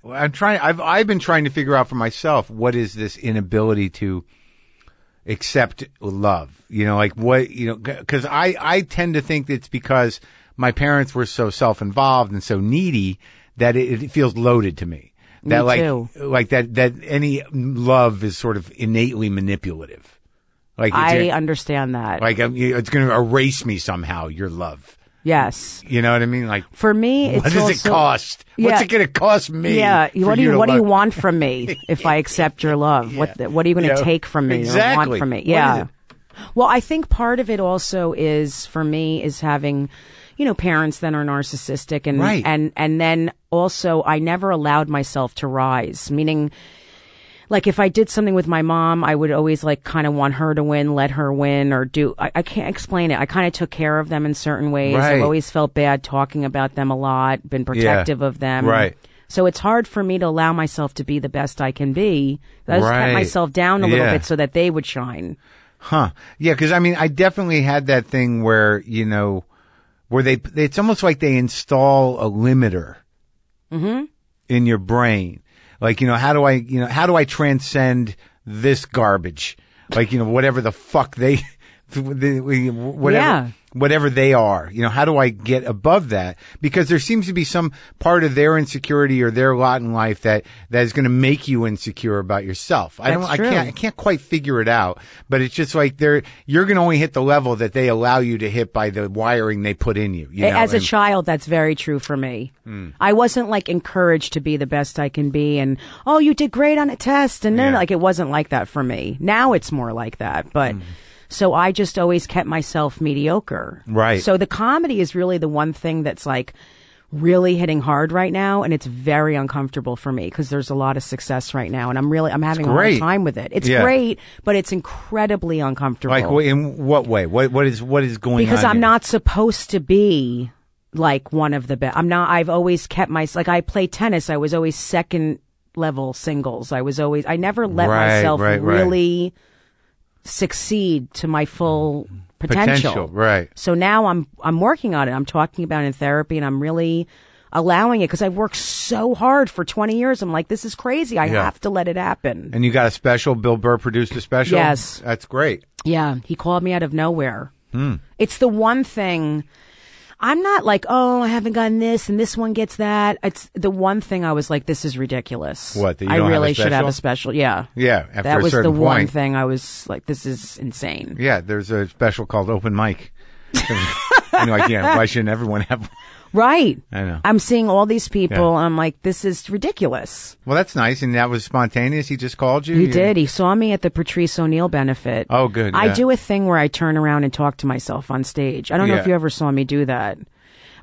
Well, I'm trying. I've I've been trying to figure out for myself what is this inability to accept love. You know, like what you know, because I I tend to think it's because my parents were so self involved and so needy that it, it feels loaded to me. That like
too.
like that that any love is sort of innately manipulative. Like
I
it's,
understand that.
like I'm, it's going to erase me somehow. Your love.
Yes,
You know what I mean? Like
for me, it's
what does it
also-
cost? What's
Yeah.
it going to cost me?
Yeah.
for
What do you
to
What do you
love-
want from me if I accept your love? What the, What are you going to
Yeah.
take from me? Or
Exactly.
want from me?
What is
Yeah.
it?
Well, I think part of it also is for me is having, you know, parents that are narcissistic and
Right.
and and then also I never allowed myself to rise, meaning. Like if I did something with my mom, I would always like kind of want her to win, let her win, or do. I, I can't explain it. I kind of took care of them in certain ways.
Right.
I've always felt bad talking about them a lot, been protective of them.
Right.
So it's hard for me to allow myself to be the best I can be. I just
Right.
cut myself down a little
Yeah.
bit so that they would shine.
Huh. Yeah, because I mean, I definitely had that thing where, you know, where they, it's almost like they install a limiter
Mm-hmm.
in your brain. Like, you know, how do I, you know, how do I transcend this garbage? Like, you know, whatever the fuck they, the- whatever,
Yeah.
whatever they are, you know, how do I get above that? Because there seems to be some part of their insecurity or their lot in life that, that is going to make you insecure about yourself. I don't,
That's
I
true.
can't, I can't quite figure it out, but it's just like they're, you're going to only hit the level that they allow you to hit by the wiring they put in you. you know?
As a
And- Hmm.
child, that's very true for me. I wasn't like encouraged to be the best I can be and, oh, you did great on a test. And then
Yeah.
like it wasn't like that for me. Now it's more like that. But
Hmm.
so I just always kept myself mediocre.
Right.
So the comedy is really the one thing that's like really hitting hard right now. And it's very uncomfortable for me because there's a lot of success right now. And I'm really, I'm having a hard
great.
time with it. It's
Yeah.
great, but it's incredibly uncomfortable
Like wh- in what way? What what is what is going on?
because I'm
here?
not supposed to be like one of the best. I'm not. I've always kept my like I play tennis. I was always second level singles. I was always. I never let
Right,
myself
right, right.
really succeed to my full potential.
Mm-hmm. right?
So now I'm I'm working on it. I'm talking about it in therapy, and I'm really allowing it because I've worked so hard for 20 years. I'm like, this is crazy. I
Yeah.
have to let it happen.
And you got a special. Bill Burr produced a special.
Yes.
that's great. Hmm.
Yeah, he called me out of nowhere. It's the one thing I'm not like, oh, I haven't gotten this and this one gets that. It's the one thing I was like, this is ridiculous.
What, that you
I
don't have a
really should have
special?
a special. Yeah.
Yeah, after
that
a
was the
certain
one
point.
thing I was like, this is insane.
Yeah, there's a special called Open Mic. I know I can't. Why shouldn't everyone have? one?
Right.
I know.
I'm seeing all these people.
Yeah.
I'm like, this is ridiculous.
Well, that's nice, and that was spontaneous. He just called you.
He
You-
did. He saw me at the Patrice O'Neill benefit.
Oh, good,
I
yeah.
do a thing where I turn around and talk to myself on stage. I don't know if
Yeah.
you ever saw me do that.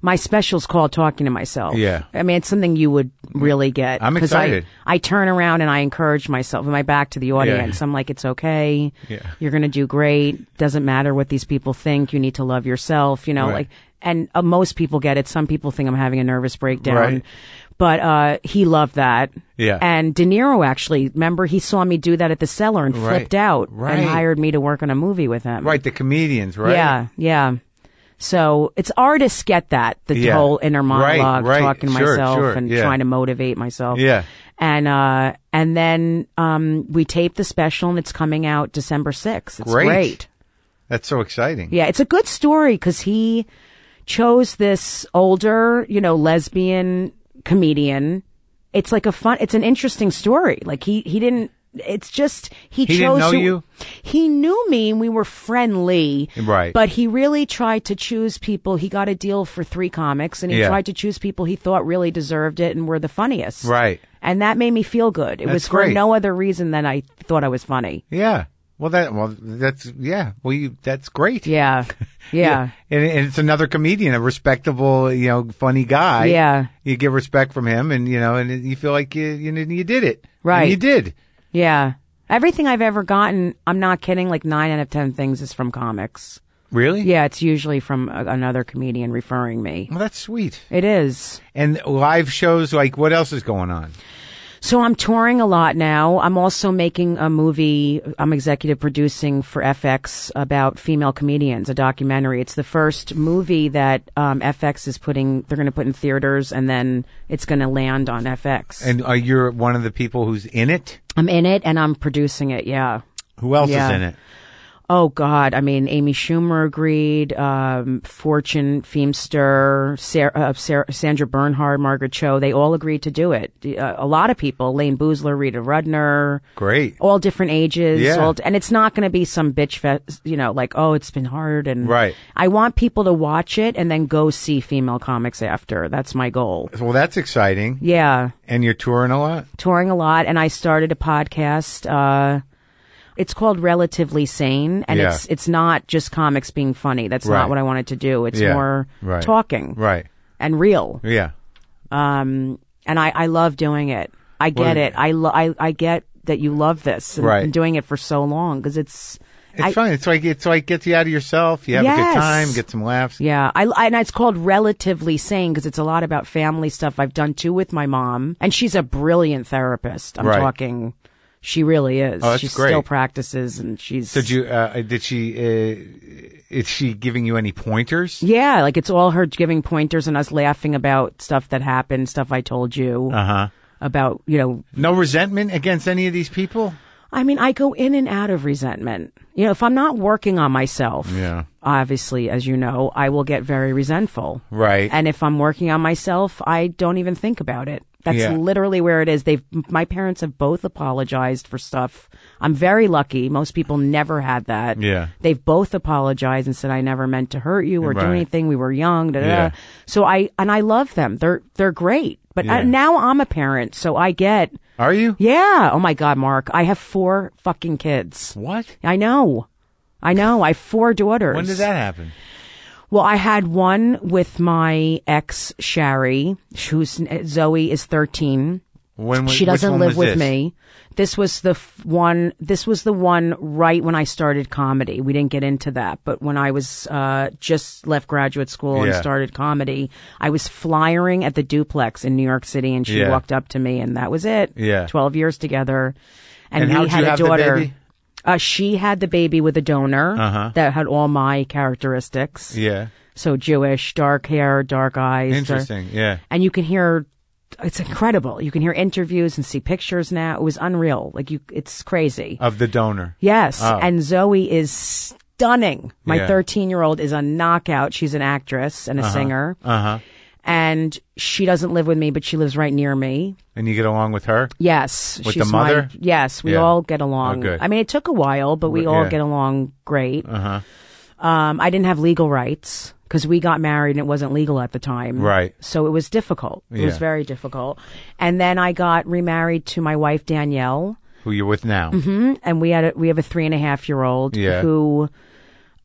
My special's called talking to myself.
Yeah.
I mean, it's something you would really get.
I'm
'Cause I-
excited.
I, turn around and I encourage myself with my back to the audience. I'm like, it's okay.
Yeah.
You're going to do great. Doesn't matter what these people think. You need to love yourself, you know,
Right.
like, and uh, most people get it. Some people think I'm having a nervous breakdown.
Right.
But uh, he loved that.
Yeah.
And De Niro actually, remember, he saw me do that at the cellar and
Right.
flipped out
Right.
and hired me to work on a movie with him.
Right, the comedians, right?
Yeah, yeah. So it's artists get that the
Yeah.
whole inner
Right,
monologue,
right.
talking to
Sure,
myself
sure,
and
yeah.
trying to motivate myself.
Yeah.
And uh, and then um, we taped the special and it's coming out December sixth. It's
Great.
great.
That's so exciting.
Yeah, it's a good story because he chose this older, you know, lesbian comedian. It's like a fun. It's an interesting story. Like he he didn't. It's just he,
He didn't
chose.
know
who-
you?
He knew me, and we were friendly.
Right.
But he really tried to choose people. He got a deal for three comics, and he
Yeah.
tried to choose people he thought really deserved it and were the funniest.
Right.
And that made me feel good. It was for
great.
no other reason than I thought I was funny.
Yeah. Well, that well, that's yeah. Well, you, that's great.
Yeah. Yeah.
And, and it's another comedian, a respectable, you know, funny guy.
Yeah.
You get respect from him, and you know, and you feel like you you, know, you did it.
Right.
And you did.
Yeah. Everything I've ever gotten, I'm not kidding, like nine out of 10 things is from comics.
Really?
Yeah, it's usually from a, another comedian referring me.
Well, that's sweet.
It is.
And live shows, like what else is going on?
So I'm touring a lot now. I'm also making a movie. I'm executive producing for FX about female comedians, a documentary. It's the first movie that um, FX is putting, they're going to put in theaters and then it's going to land on FX.
And are you one of the people who's in it?
I'm in it and I'm producing it. Yeah.
Who else
Yeah.
is in it?
Oh God! I mean, Amy Schumer agreed. Um, Fortune Feimster, Sarah, uh, Sarah, Sandra Bernhard, Margaret Cho, they all agreed to do it. Uh, a lot of people: Lane Boozler, Rita Rudner,
Great.
all different ages.
Yeah.
All, and it's not going to be some bitch fest, you know, like oh, it's been hard. And
Right.
I want people to watch it and then go see female comics after. That's my goal.
Well, that's exciting.
Yeah
And you're touring a lot.
touring a lot and I started a podcast. Uh, it's called Relatively Sane and
Yeah.
it's, it's not just comics being funny. That's
Right.
not what I wanted to do. It's
Yeah.
more
Right.
talking
Right.
and real.
Yeah.
Um, and I, I love doing it. I get
Well-
it. I, lo- I, I get that you love this and
Right.
been doing it for so long because it's,
It's
I-
fun. It's like it's like gets you out of yourself. You have a good
Yes.
time, get some laughs.
Yeah, I, I- and it's called relatively sane because it's a lot about family stuff. I've done too with my mom, and she's a brilliant therapist. I'm
Right.
talking, she really is.
Oh, that's
she
great.
still practices, and she's.
Did you? Uh, did she? Uh, is she giving you any pointers?
yeah, like it's all her giving pointers and us laughing about stuff that happened, stuff I told you
Uh huh.
about. You know,
No resentment against any of these people.
I mean, I go in and out of resentment. You know, if I'm not working on myself,
Yeah.
obviously, as you know, I will get very resentful.
Right.
And if I'm working on myself, I don't even think about it. That's
Yeah.
literally where it is. They've my parents have both apologized for stuff. I'm very lucky. Most people never had that.
Yeah.
They've both apologized and said I never meant to hurt you or do
Right.
anything. We were young. Da, da,
Yeah.
da. So I and I love them. They're they're great. But
Yeah.
I, now I'm a parent, so I get
Are you?
yeah. Oh my God, Mark, I have four fucking kids.
What?
I know. I know. I have four daughters.
When did that happen?
Well, I had one with my ex, Shari, who's Zoe is 13.
When was
She
which
doesn't
one
live
was
with
this?
me. This was the f- one, this was the one right when I started comedy. We didn't get into that, but when I was, uh, just left graduate school and
Yeah.
started comedy, I was flyering at the duplex in New York City and she
Yeah.
walked up to me and that was it.
Yeah.
12 years together. And,
And
we
how'd
had
you
a
have the
daughter.
baby? Uh-huh.
Uh, she had the baby with a donor that had all my characteristics.
Yeah.
So Jewish, dark hair, dark eyes. dark-
Interesting. Yeah.
and you can hear it's incredible. You can hear interviews and see pictures now. It was unreal. Like you it's crazy.
Of the donor.
yes. And Zoe is stunning. My
Yeah.
13 year old is a knockout. She's an actress and a singer. Uh huh. And she doesn't live with me, but she lives right near me.
And you get along with her?
Yes,
With the
she's my-
mother?
yes, we
Yeah.
all get along.
Oh, good.
I mean, it took a while, but we
Well,
all
yeah. Uh-huh.
get along great. Uh huh. Um, I didn't have legal rights because we got married and it wasn't legal at the time.
Right.
So it was difficult. It was
Yeah.
very difficult. And then I got remarried to my wife Danielle,
Who you're with now?
Mm-hmm. and we had a, we have a three and a half year old
Yeah.
who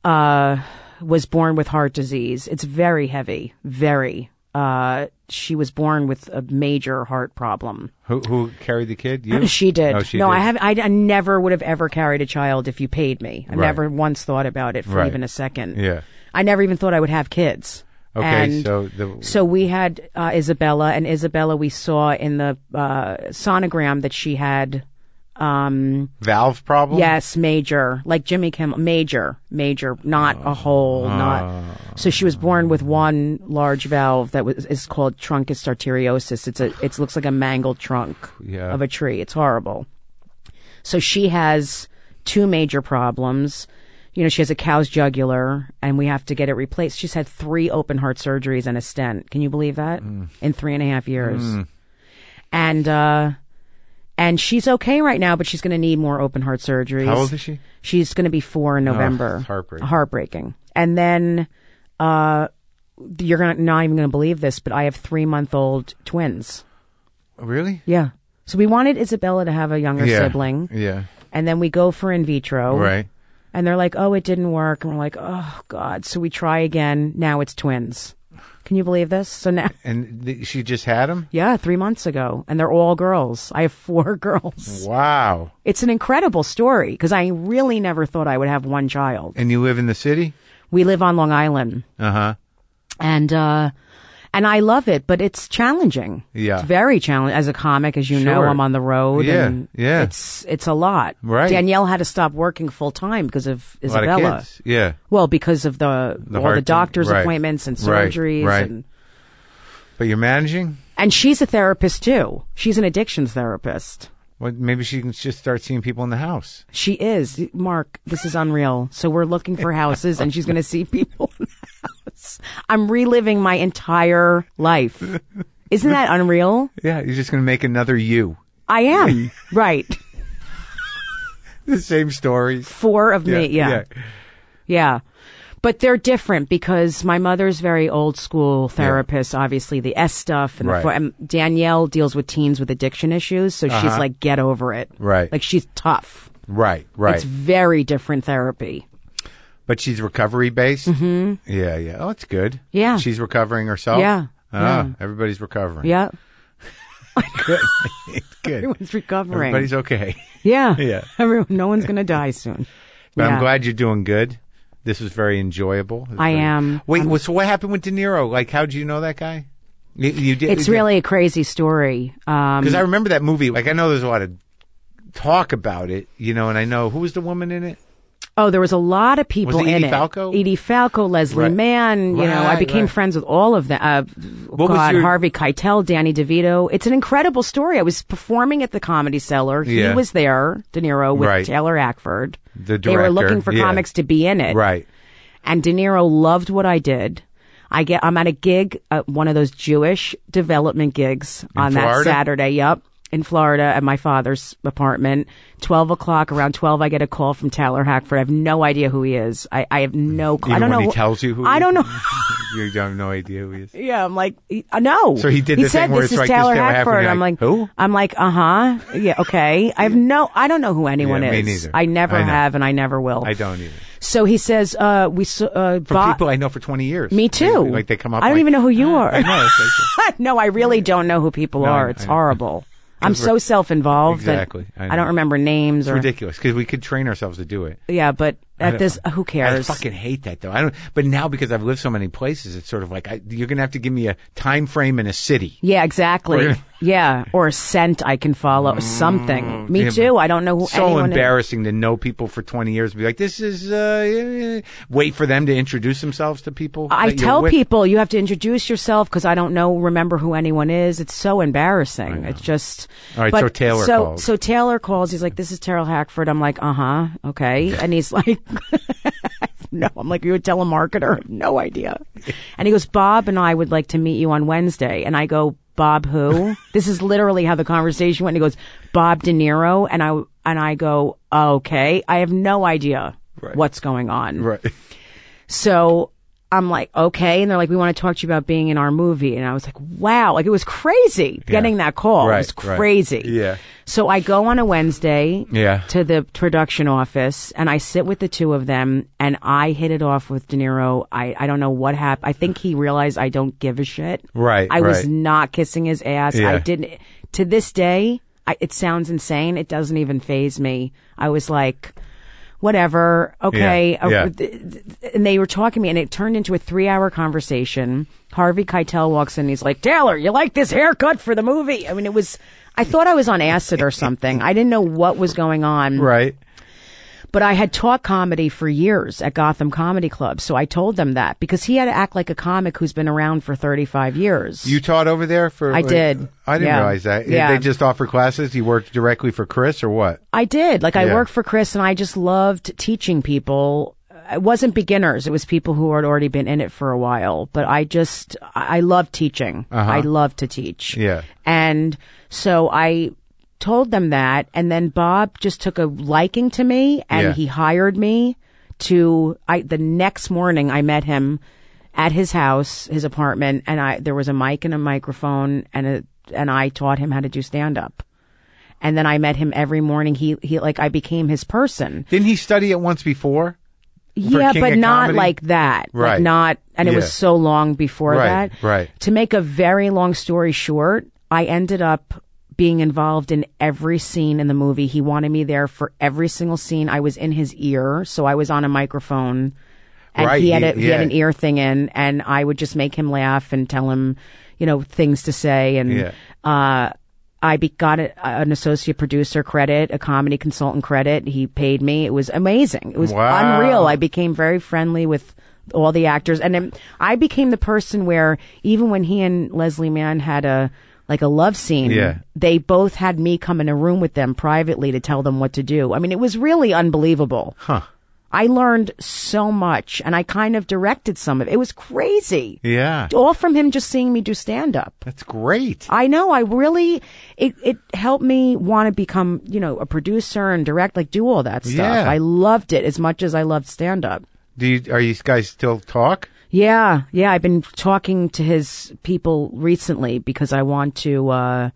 uh, was born with heart disease. It's very heavy, very. Uh, she was born with a major heart problem.
Who who carried the kid? You?
She did.
Oh, she
no,
did.
I have. I, I never would have ever carried a child if you paid me. I
Right.
never once thought about it for
Right.
even a second.
Yeah.
I never even thought I would have kids.
Okay,
And
so the
so we had uh, Isabella, and Isabella we saw in the uh, sonogram that she had. Um,
valve problem.
yes, major, like Jimmy Kimmel, major, major, not a whole, not. So she was born with one large valve that was is called truncus arteriosus. It's a, it looks like a mangled trunk
Yeah.
of a tree. It's horrible. So she has two major problems. You know, she has a cow's jugular and we have to get it replaced. She's had three open heart surgeries and a stent. Can you believe that?
Mm.
In three and a half years. And, uh, and she's okay right now, but she's going to need more open heart surgeries.
How old is she?
She's going to be four in November.
it's Oh, heartbreaking.
Heartbreaking. And then, uh, you're gonna, not even going to believe this, but I have three month old twins.
Really?
Yeah. So we wanted Isabella to have a younger
yeah.
sibling
Yeah.
and then we go for in vitro.
Right.
And they're like, oh, it didn't work. And we're like, oh, God. So we try again. Now it's twins. Can you believe this? So now,
And th- she just had him.
yeah, three months ago. And they're all girls. I have four
Mm.
girls.
Wow.
It's an incredible story because I really never thought I would have one child.
And you live in the city?
We live on Long Island
Uh huh.
and, uh, and I love it, but it's challenging.
Yeah.
It's very challenging. As a comic, as you know,
Sure.
I'm on the road.
Yeah,
And
yeah.
It's, it's a lot.
Right.
Danielle had to stop working full time because of
A lot
Isabella.
of kids. Yeah.
Well, because of the, all
heart
the
thing.
doctor's
Right.
appointments and
Right.
surgeries,
Right.
and
But you're managing.
and she's a therapist too. She's an addictions therapist.
Well, maybe she can just start seeing people in the house.
She is Mark. This is unreal. So we're looking for houses, and she's going to see people in the house. I'm reliving my entire life. Isn't that unreal?
Yeah. You're just going to make another you.
I am right.
The same stories.
Four of me. yeah. Yeah. But they're different because my mother's very old school therapist, obviously the S stuff and, the
Right.
fo- and Danielle deals with teens with addiction issues, so she's like get over it.
Uh-huh. Right.
Like she's tough.
Right. Right.
It's very different therapy.
But she's recovery based. Mm-hmm. Yeah, yeah. Oh, that's good.
Yeah.
she's recovering herself.
Yeah,
Ah, everybody's recovering.
Yeah.
good. good.
It's recovering.
Everybody's okay.
yeah.
Yeah.
Everyone, no one's going to die soon.
But
Yeah.
I'm glad you're doing good. This was very enjoyable. It's
I
very-
am.
Wait, what- so what happened with De Niro? Like, how did you know that guy? You, you did.
It's really a crazy story. Um,
because I remember that movie. Like, I know there's a lot of talk about it, you know, and I know who was the woman in it.
Oh, there was a lot of people
Was it
in
Edie
it.
Falco?
Edie Falco, Leslie
Right.
Mann. You know, I
Right,
became
right.
friends with all of them. Uh,
What was
God,
your-
Harvey Keitel, Danny DeVito. It's an incredible story. I was performing at the Comedy Cellar.
Yeah.
He was there, De Niro, with
Right.
Taylor Ackford.
The
They were
director,
looking for
yeah.
comics to be in it,
Right.
and De Niro loved what I did. I get. I'm at a gig, uh, one of those Jewish development gigs on that
Florida?
Saturday. Yup. In Florida, at my father's apartment, twelve o'clock. Around twelve, I get a call from Tyler Hackford. I have no idea who he is. I, I have no.
Even
Cl- I
when
don't know.
he
who-
tells you who.
I
he-
don't know.
you have no idea who he is.
Yeah, I'm like, he- uh, no.
So he did
He
the
said
thing where
this
it's
is
like, this
Taylor
Taylor Hackford,
Hackford.
you're
I'm like,
like, who?
I'm like, uh huh. Yeah, okay. I have no. I don't know who anyone
Yeah, me
is.
neither.
I never
I know.
have, and I never will.
I don't either.
So he says, uh, we s- uh,
For
Bob-
people I know for 20 years.
Me too.
They, like they come up.
I don't
like,
even know who you are.
I know. It's like-
no, I really don't know who people
I
are.
know,
It's
I know.
horrible. I'm
we're-
so self-involved. that
Exactly, I
I don't
know.
remember names or
ridiculous because we could train ourselves to do it.
yeah, but at
don't-
this, who
I
cares?
fucking hate that though. I don't. But now because I've lived so many places, it's sort of like I, you're gonna have to give me a time frame and a city.
yeah, exactly.
We're-
yeah, or a scent I can follow. Something. Me
Mm, yeah,
too. I don't know who
So
anyone is.
embarrassing to know people for 20 years and be like, this is. Uh, yeah, yeah. wait for them to introduce themselves to people.
I
that you're
tell
with.
people you have to introduce yourself because I don't know, remember who anyone is. It's so embarrassing. It's just.
All right,
but-
so Taylor
so,
calls.
"Uh-huh, So Taylor calls. He's like, "This is Terrell Hackford." I'm like, "Uh huh, okay," and he's like, know. I'm like, you're a telemarketer. No idea. And he goes, Bob and I would like to meet you on Wednesday. And I go, Bob who? this is literally how the conversation went. And he goes, Bob De Niro. And I, and I go, okay. I have no idea
Right.
what's going on.
Right.
So I'm like, okay. And they're like, we want to talk to you about being in our movie. And I was like, wow. Like it was crazy getting that call. it
Right,
was
right.
crazy.
Yeah.
So I go on a Wednesday
Yeah.
to the production office and I sit with the two of them and I hit it off with De Niro. I, I don't know what happened. I think he realized I don't give a shit.
Right,
I was
right.
not kissing his ass. I
Yeah.
didn't. To this day, I, it sounds insane. It doesn't even phase me. I was like, whatever. Okay. Uh,
Yeah, yeah.
th- th- and they were talking to me, and it turned into a three hour conversation. Harvey Keitel walks in, and he's like, Taylor, you like this haircut for the movie? I mean, it was, I thought I was on acid or something. I didn't know what was going on.
Right.
But I had taught comedy for years at Gotham Comedy Club, so I told them that because he had to act like a comic who's been around for 35 years.
You taught over there for?
I did.
I didn't
Yeah.
realize that.
Yeah.
They just offer classes. You worked directly for Chris or what?
I did. Like I
Yeah.
worked for Chris and I just loved teaching people. It wasn't beginners. It was people who had already been in it for a while, but I just, I I love teaching. I love to teach.
Uh-huh. Yeah.
And so I told them that. And then Bob just took a liking to me and
Yeah.
he hired me to, I, the next morning I met him at his house, his apartment, and I, there was a mic and a microphone and a, and I taught him how to do stand up and then I met him every morning. He he like I became his person.
Didn't he study it once before?
yeah,
King
but
of
not
Comedy?
like that. Like,
Right.
not and it
Yeah.
was so long before
Right,
that.
right.
To make a very long story short, I ended up being involved in every scene in the movie. He wanted me there for every single scene. I was in his ear, so I was on a microphone. And
Right,
he had
he-
a, he had
yeah.
an ear thing in and I would just make him laugh and tell him, you know, things to say and
Yeah.
uh, I be- got a, an associate producer credit, a comedy consultant credit. He paid me. It was amazing. It was
Wow.
unreal. I became very friendly with all the actors, and then I became the person where even when he and Leslie Mann had a like a love scene,
Yeah.
they both had me come in a room with them privately to tell them what to do. I mean, it was really unbelievable. Huh. I learned so much, and I kind of directed some of it. It was crazy.
Yeah.
All from him just seeing me do stand up.
That's great.
I know. I really it it helped me want to become you know a producer and direct like do all that stuff.
Yeah.
I loved it as much as I loved stand up.
Do you, are you guys still talk?
Yeah, yeah. I've been talking to his people recently because I want to uh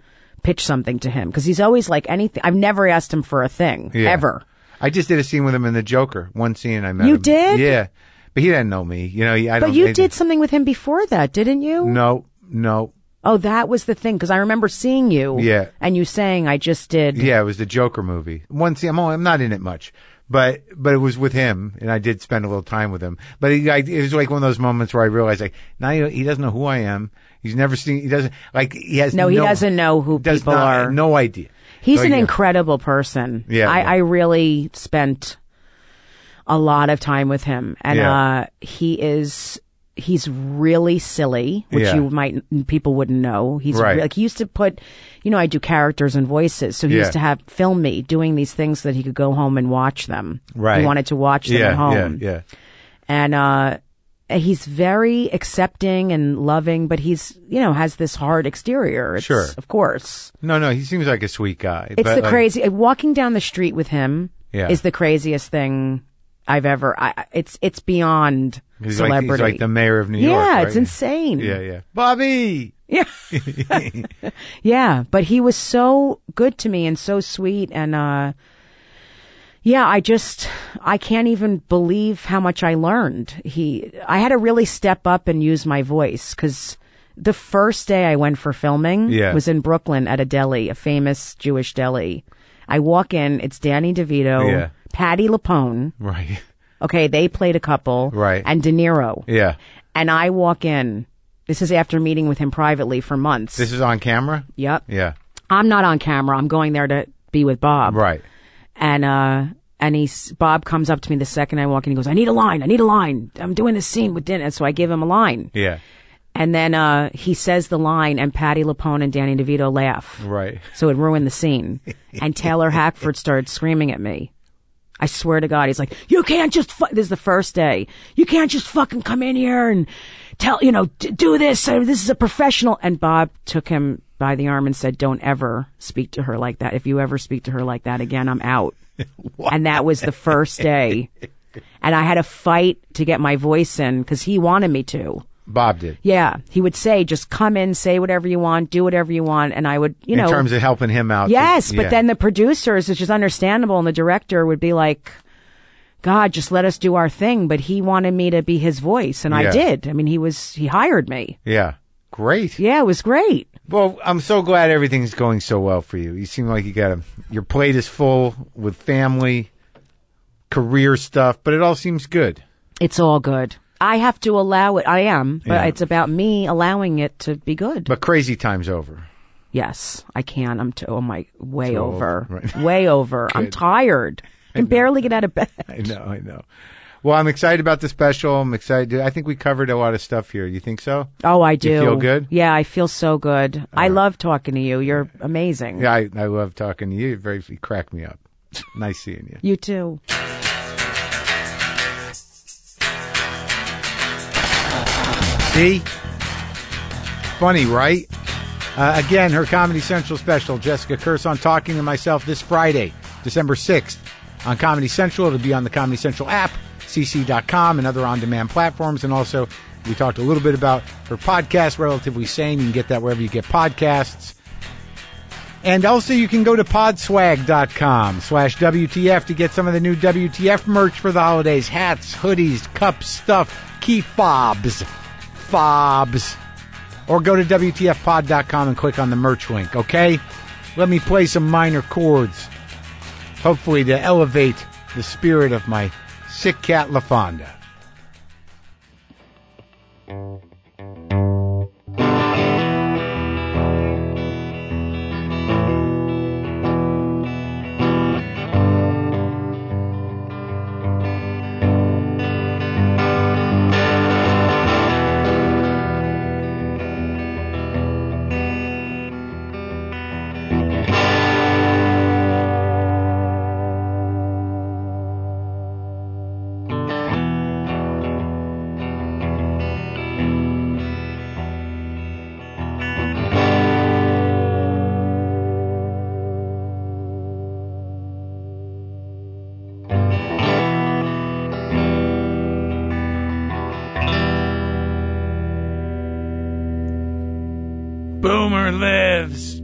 pitch something to him because he's always like anything. I've never asked him for a thing
Yeah.
ever.
I just did a scene with him in The Joker. One scene I met
You
him.
did?
Yeah. But he didn't know me. You know, he- I
But
don't
you
I-
did something with him before that, didn't you?
No, no.
Oh, that was the thing because I remember seeing you.
Yeah.
and you saying I just did.
Yeah, it was the Joker movie. One scene, I'm, only, I'm not in it much, but but it was with him, and I did spend a little time with him. But he, I, it was like one of those moments where I realized, like, now he, he doesn't know who I am. He's never seen. He doesn't like. He has
No, he doesn't know who
does
people
not-
are.
No idea.
He's
So,
an
Oh, yeah.
incredible person.
Yeah,
I,
yeah.
I really spent a lot of time with him, and
Yeah.
uh, he is. He's really silly, which
Yeah.
you might people wouldn't know. He's
Right.
re- like he used to put, you know, I do characters and voices, so he
Yeah.
used to have film me doing these things so that he could go home and watch them.
Right.
he wanted to watch them
Yeah,
at
yeah,
home
yeah.
and uh he's very accepting and loving but he's you know has this hard exterior It's-
Sure.
of course
No, no. He seems like a sweet guy.
it's
but,
the
like,
crazy uh, walking down the street with him
Yeah.
is the craziest thing i've ever I, I- it's it's beyond
He's like, he's
celebrity
like the mayor of New York.
yeah
right?
it's insane
Yeah, yeah. Bobby.
Yeah, but he was so good to me and so sweet and uh yeah, I just I can't even believe how much I learned. He I had to really step up and use my voice cuz the first day I went for filming
Yeah.
was in Brooklyn at a deli, a famous Jewish deli. I walk in, it's Danny DeVito,
Yeah.
Patty LaPone.
Right.
Okay, they played a couple.
Right.
And De Niro.
Yeah.
And I walk in. This is after meeting with him privately for months.
This is on camera.
yep.
Yeah.
I'm not on camera. I'm going there to be with Bob.
Right.
And, uh, and he's, Bob comes up to me the second I walk in. He goes, I need a line. I need a line. I'm doing this scene with Dennis. So I give him a line.
Yeah.
And then, uh, he says the line and Patty LaPone and Danny DeVito laugh.
Right.
So it ruined the scene. And Taylor Hackford started screaming at me. I swear to God, he's like, you can't just, fu-. this is the first day. You can't just fucking come in here and tell, you know, d- do this. Uh, This is a professional. And Bob took him by the arm and said, don't ever speak to her like that. If you ever speak to her like that again, I'm out. and that was the first day. And I had a fight to get my voice in because he wanted me to.
Bob did.
Yeah. He would say, just come in, say whatever you want, do whatever you want. And I would, you
in
know.
terms of helping him out.
Yes, but
Yeah.
then the producers, which is understandable, and the director would be like, God, just let us do our thing. But he wanted me to be his voice, and
Yeah.
I did. I mean, he was, he hired me.
Yeah. Great.
Yeah, it was great.
Well, I'm so glad everything's going so well for you. You seem like you got a, your plate is full with family, career stuff, but it all seems good.
It's all good. I have to allow it. I am, but
Yeah.
it's about me allowing it to be good.
But crazy time's over.
yes, I can. I'm t- oh my, way
old,
over,
right.
way over. I'm tired. I can barely get out of bed.
I know, I know. Well, I'm excited about the special. I'm excited. I think we covered a lot of stuff here. You think so?
Oh, I do.
feel good?
Yeah, I feel so good. I love talking to you. You're amazing.
Yeah, I, I love talking to you. You very you crack me up. nice seeing you.
You too.
See? Funny, right? Uh, again, her Comedy Central special, Jessica Curse on Talking to Myself, this Friday, December 6th, on Comedy Central. It'll be on the Comedy Central app, cc.com, and other on demand platforms. And also, we talked a little bit about her podcast, Relatively Sane. You can get that wherever you get podcasts. And also, you can go to podswag.com slash WTF to get some of the new WTF merch for the holidays hats, hoodies, cups, stuff, key fobs, fobs. Or go to WTFpod.com and click on the merch link, okay? Let me play some minor chords, hopefully, to elevate the spirit of my sick cat, LaFonda.
Boomer lives.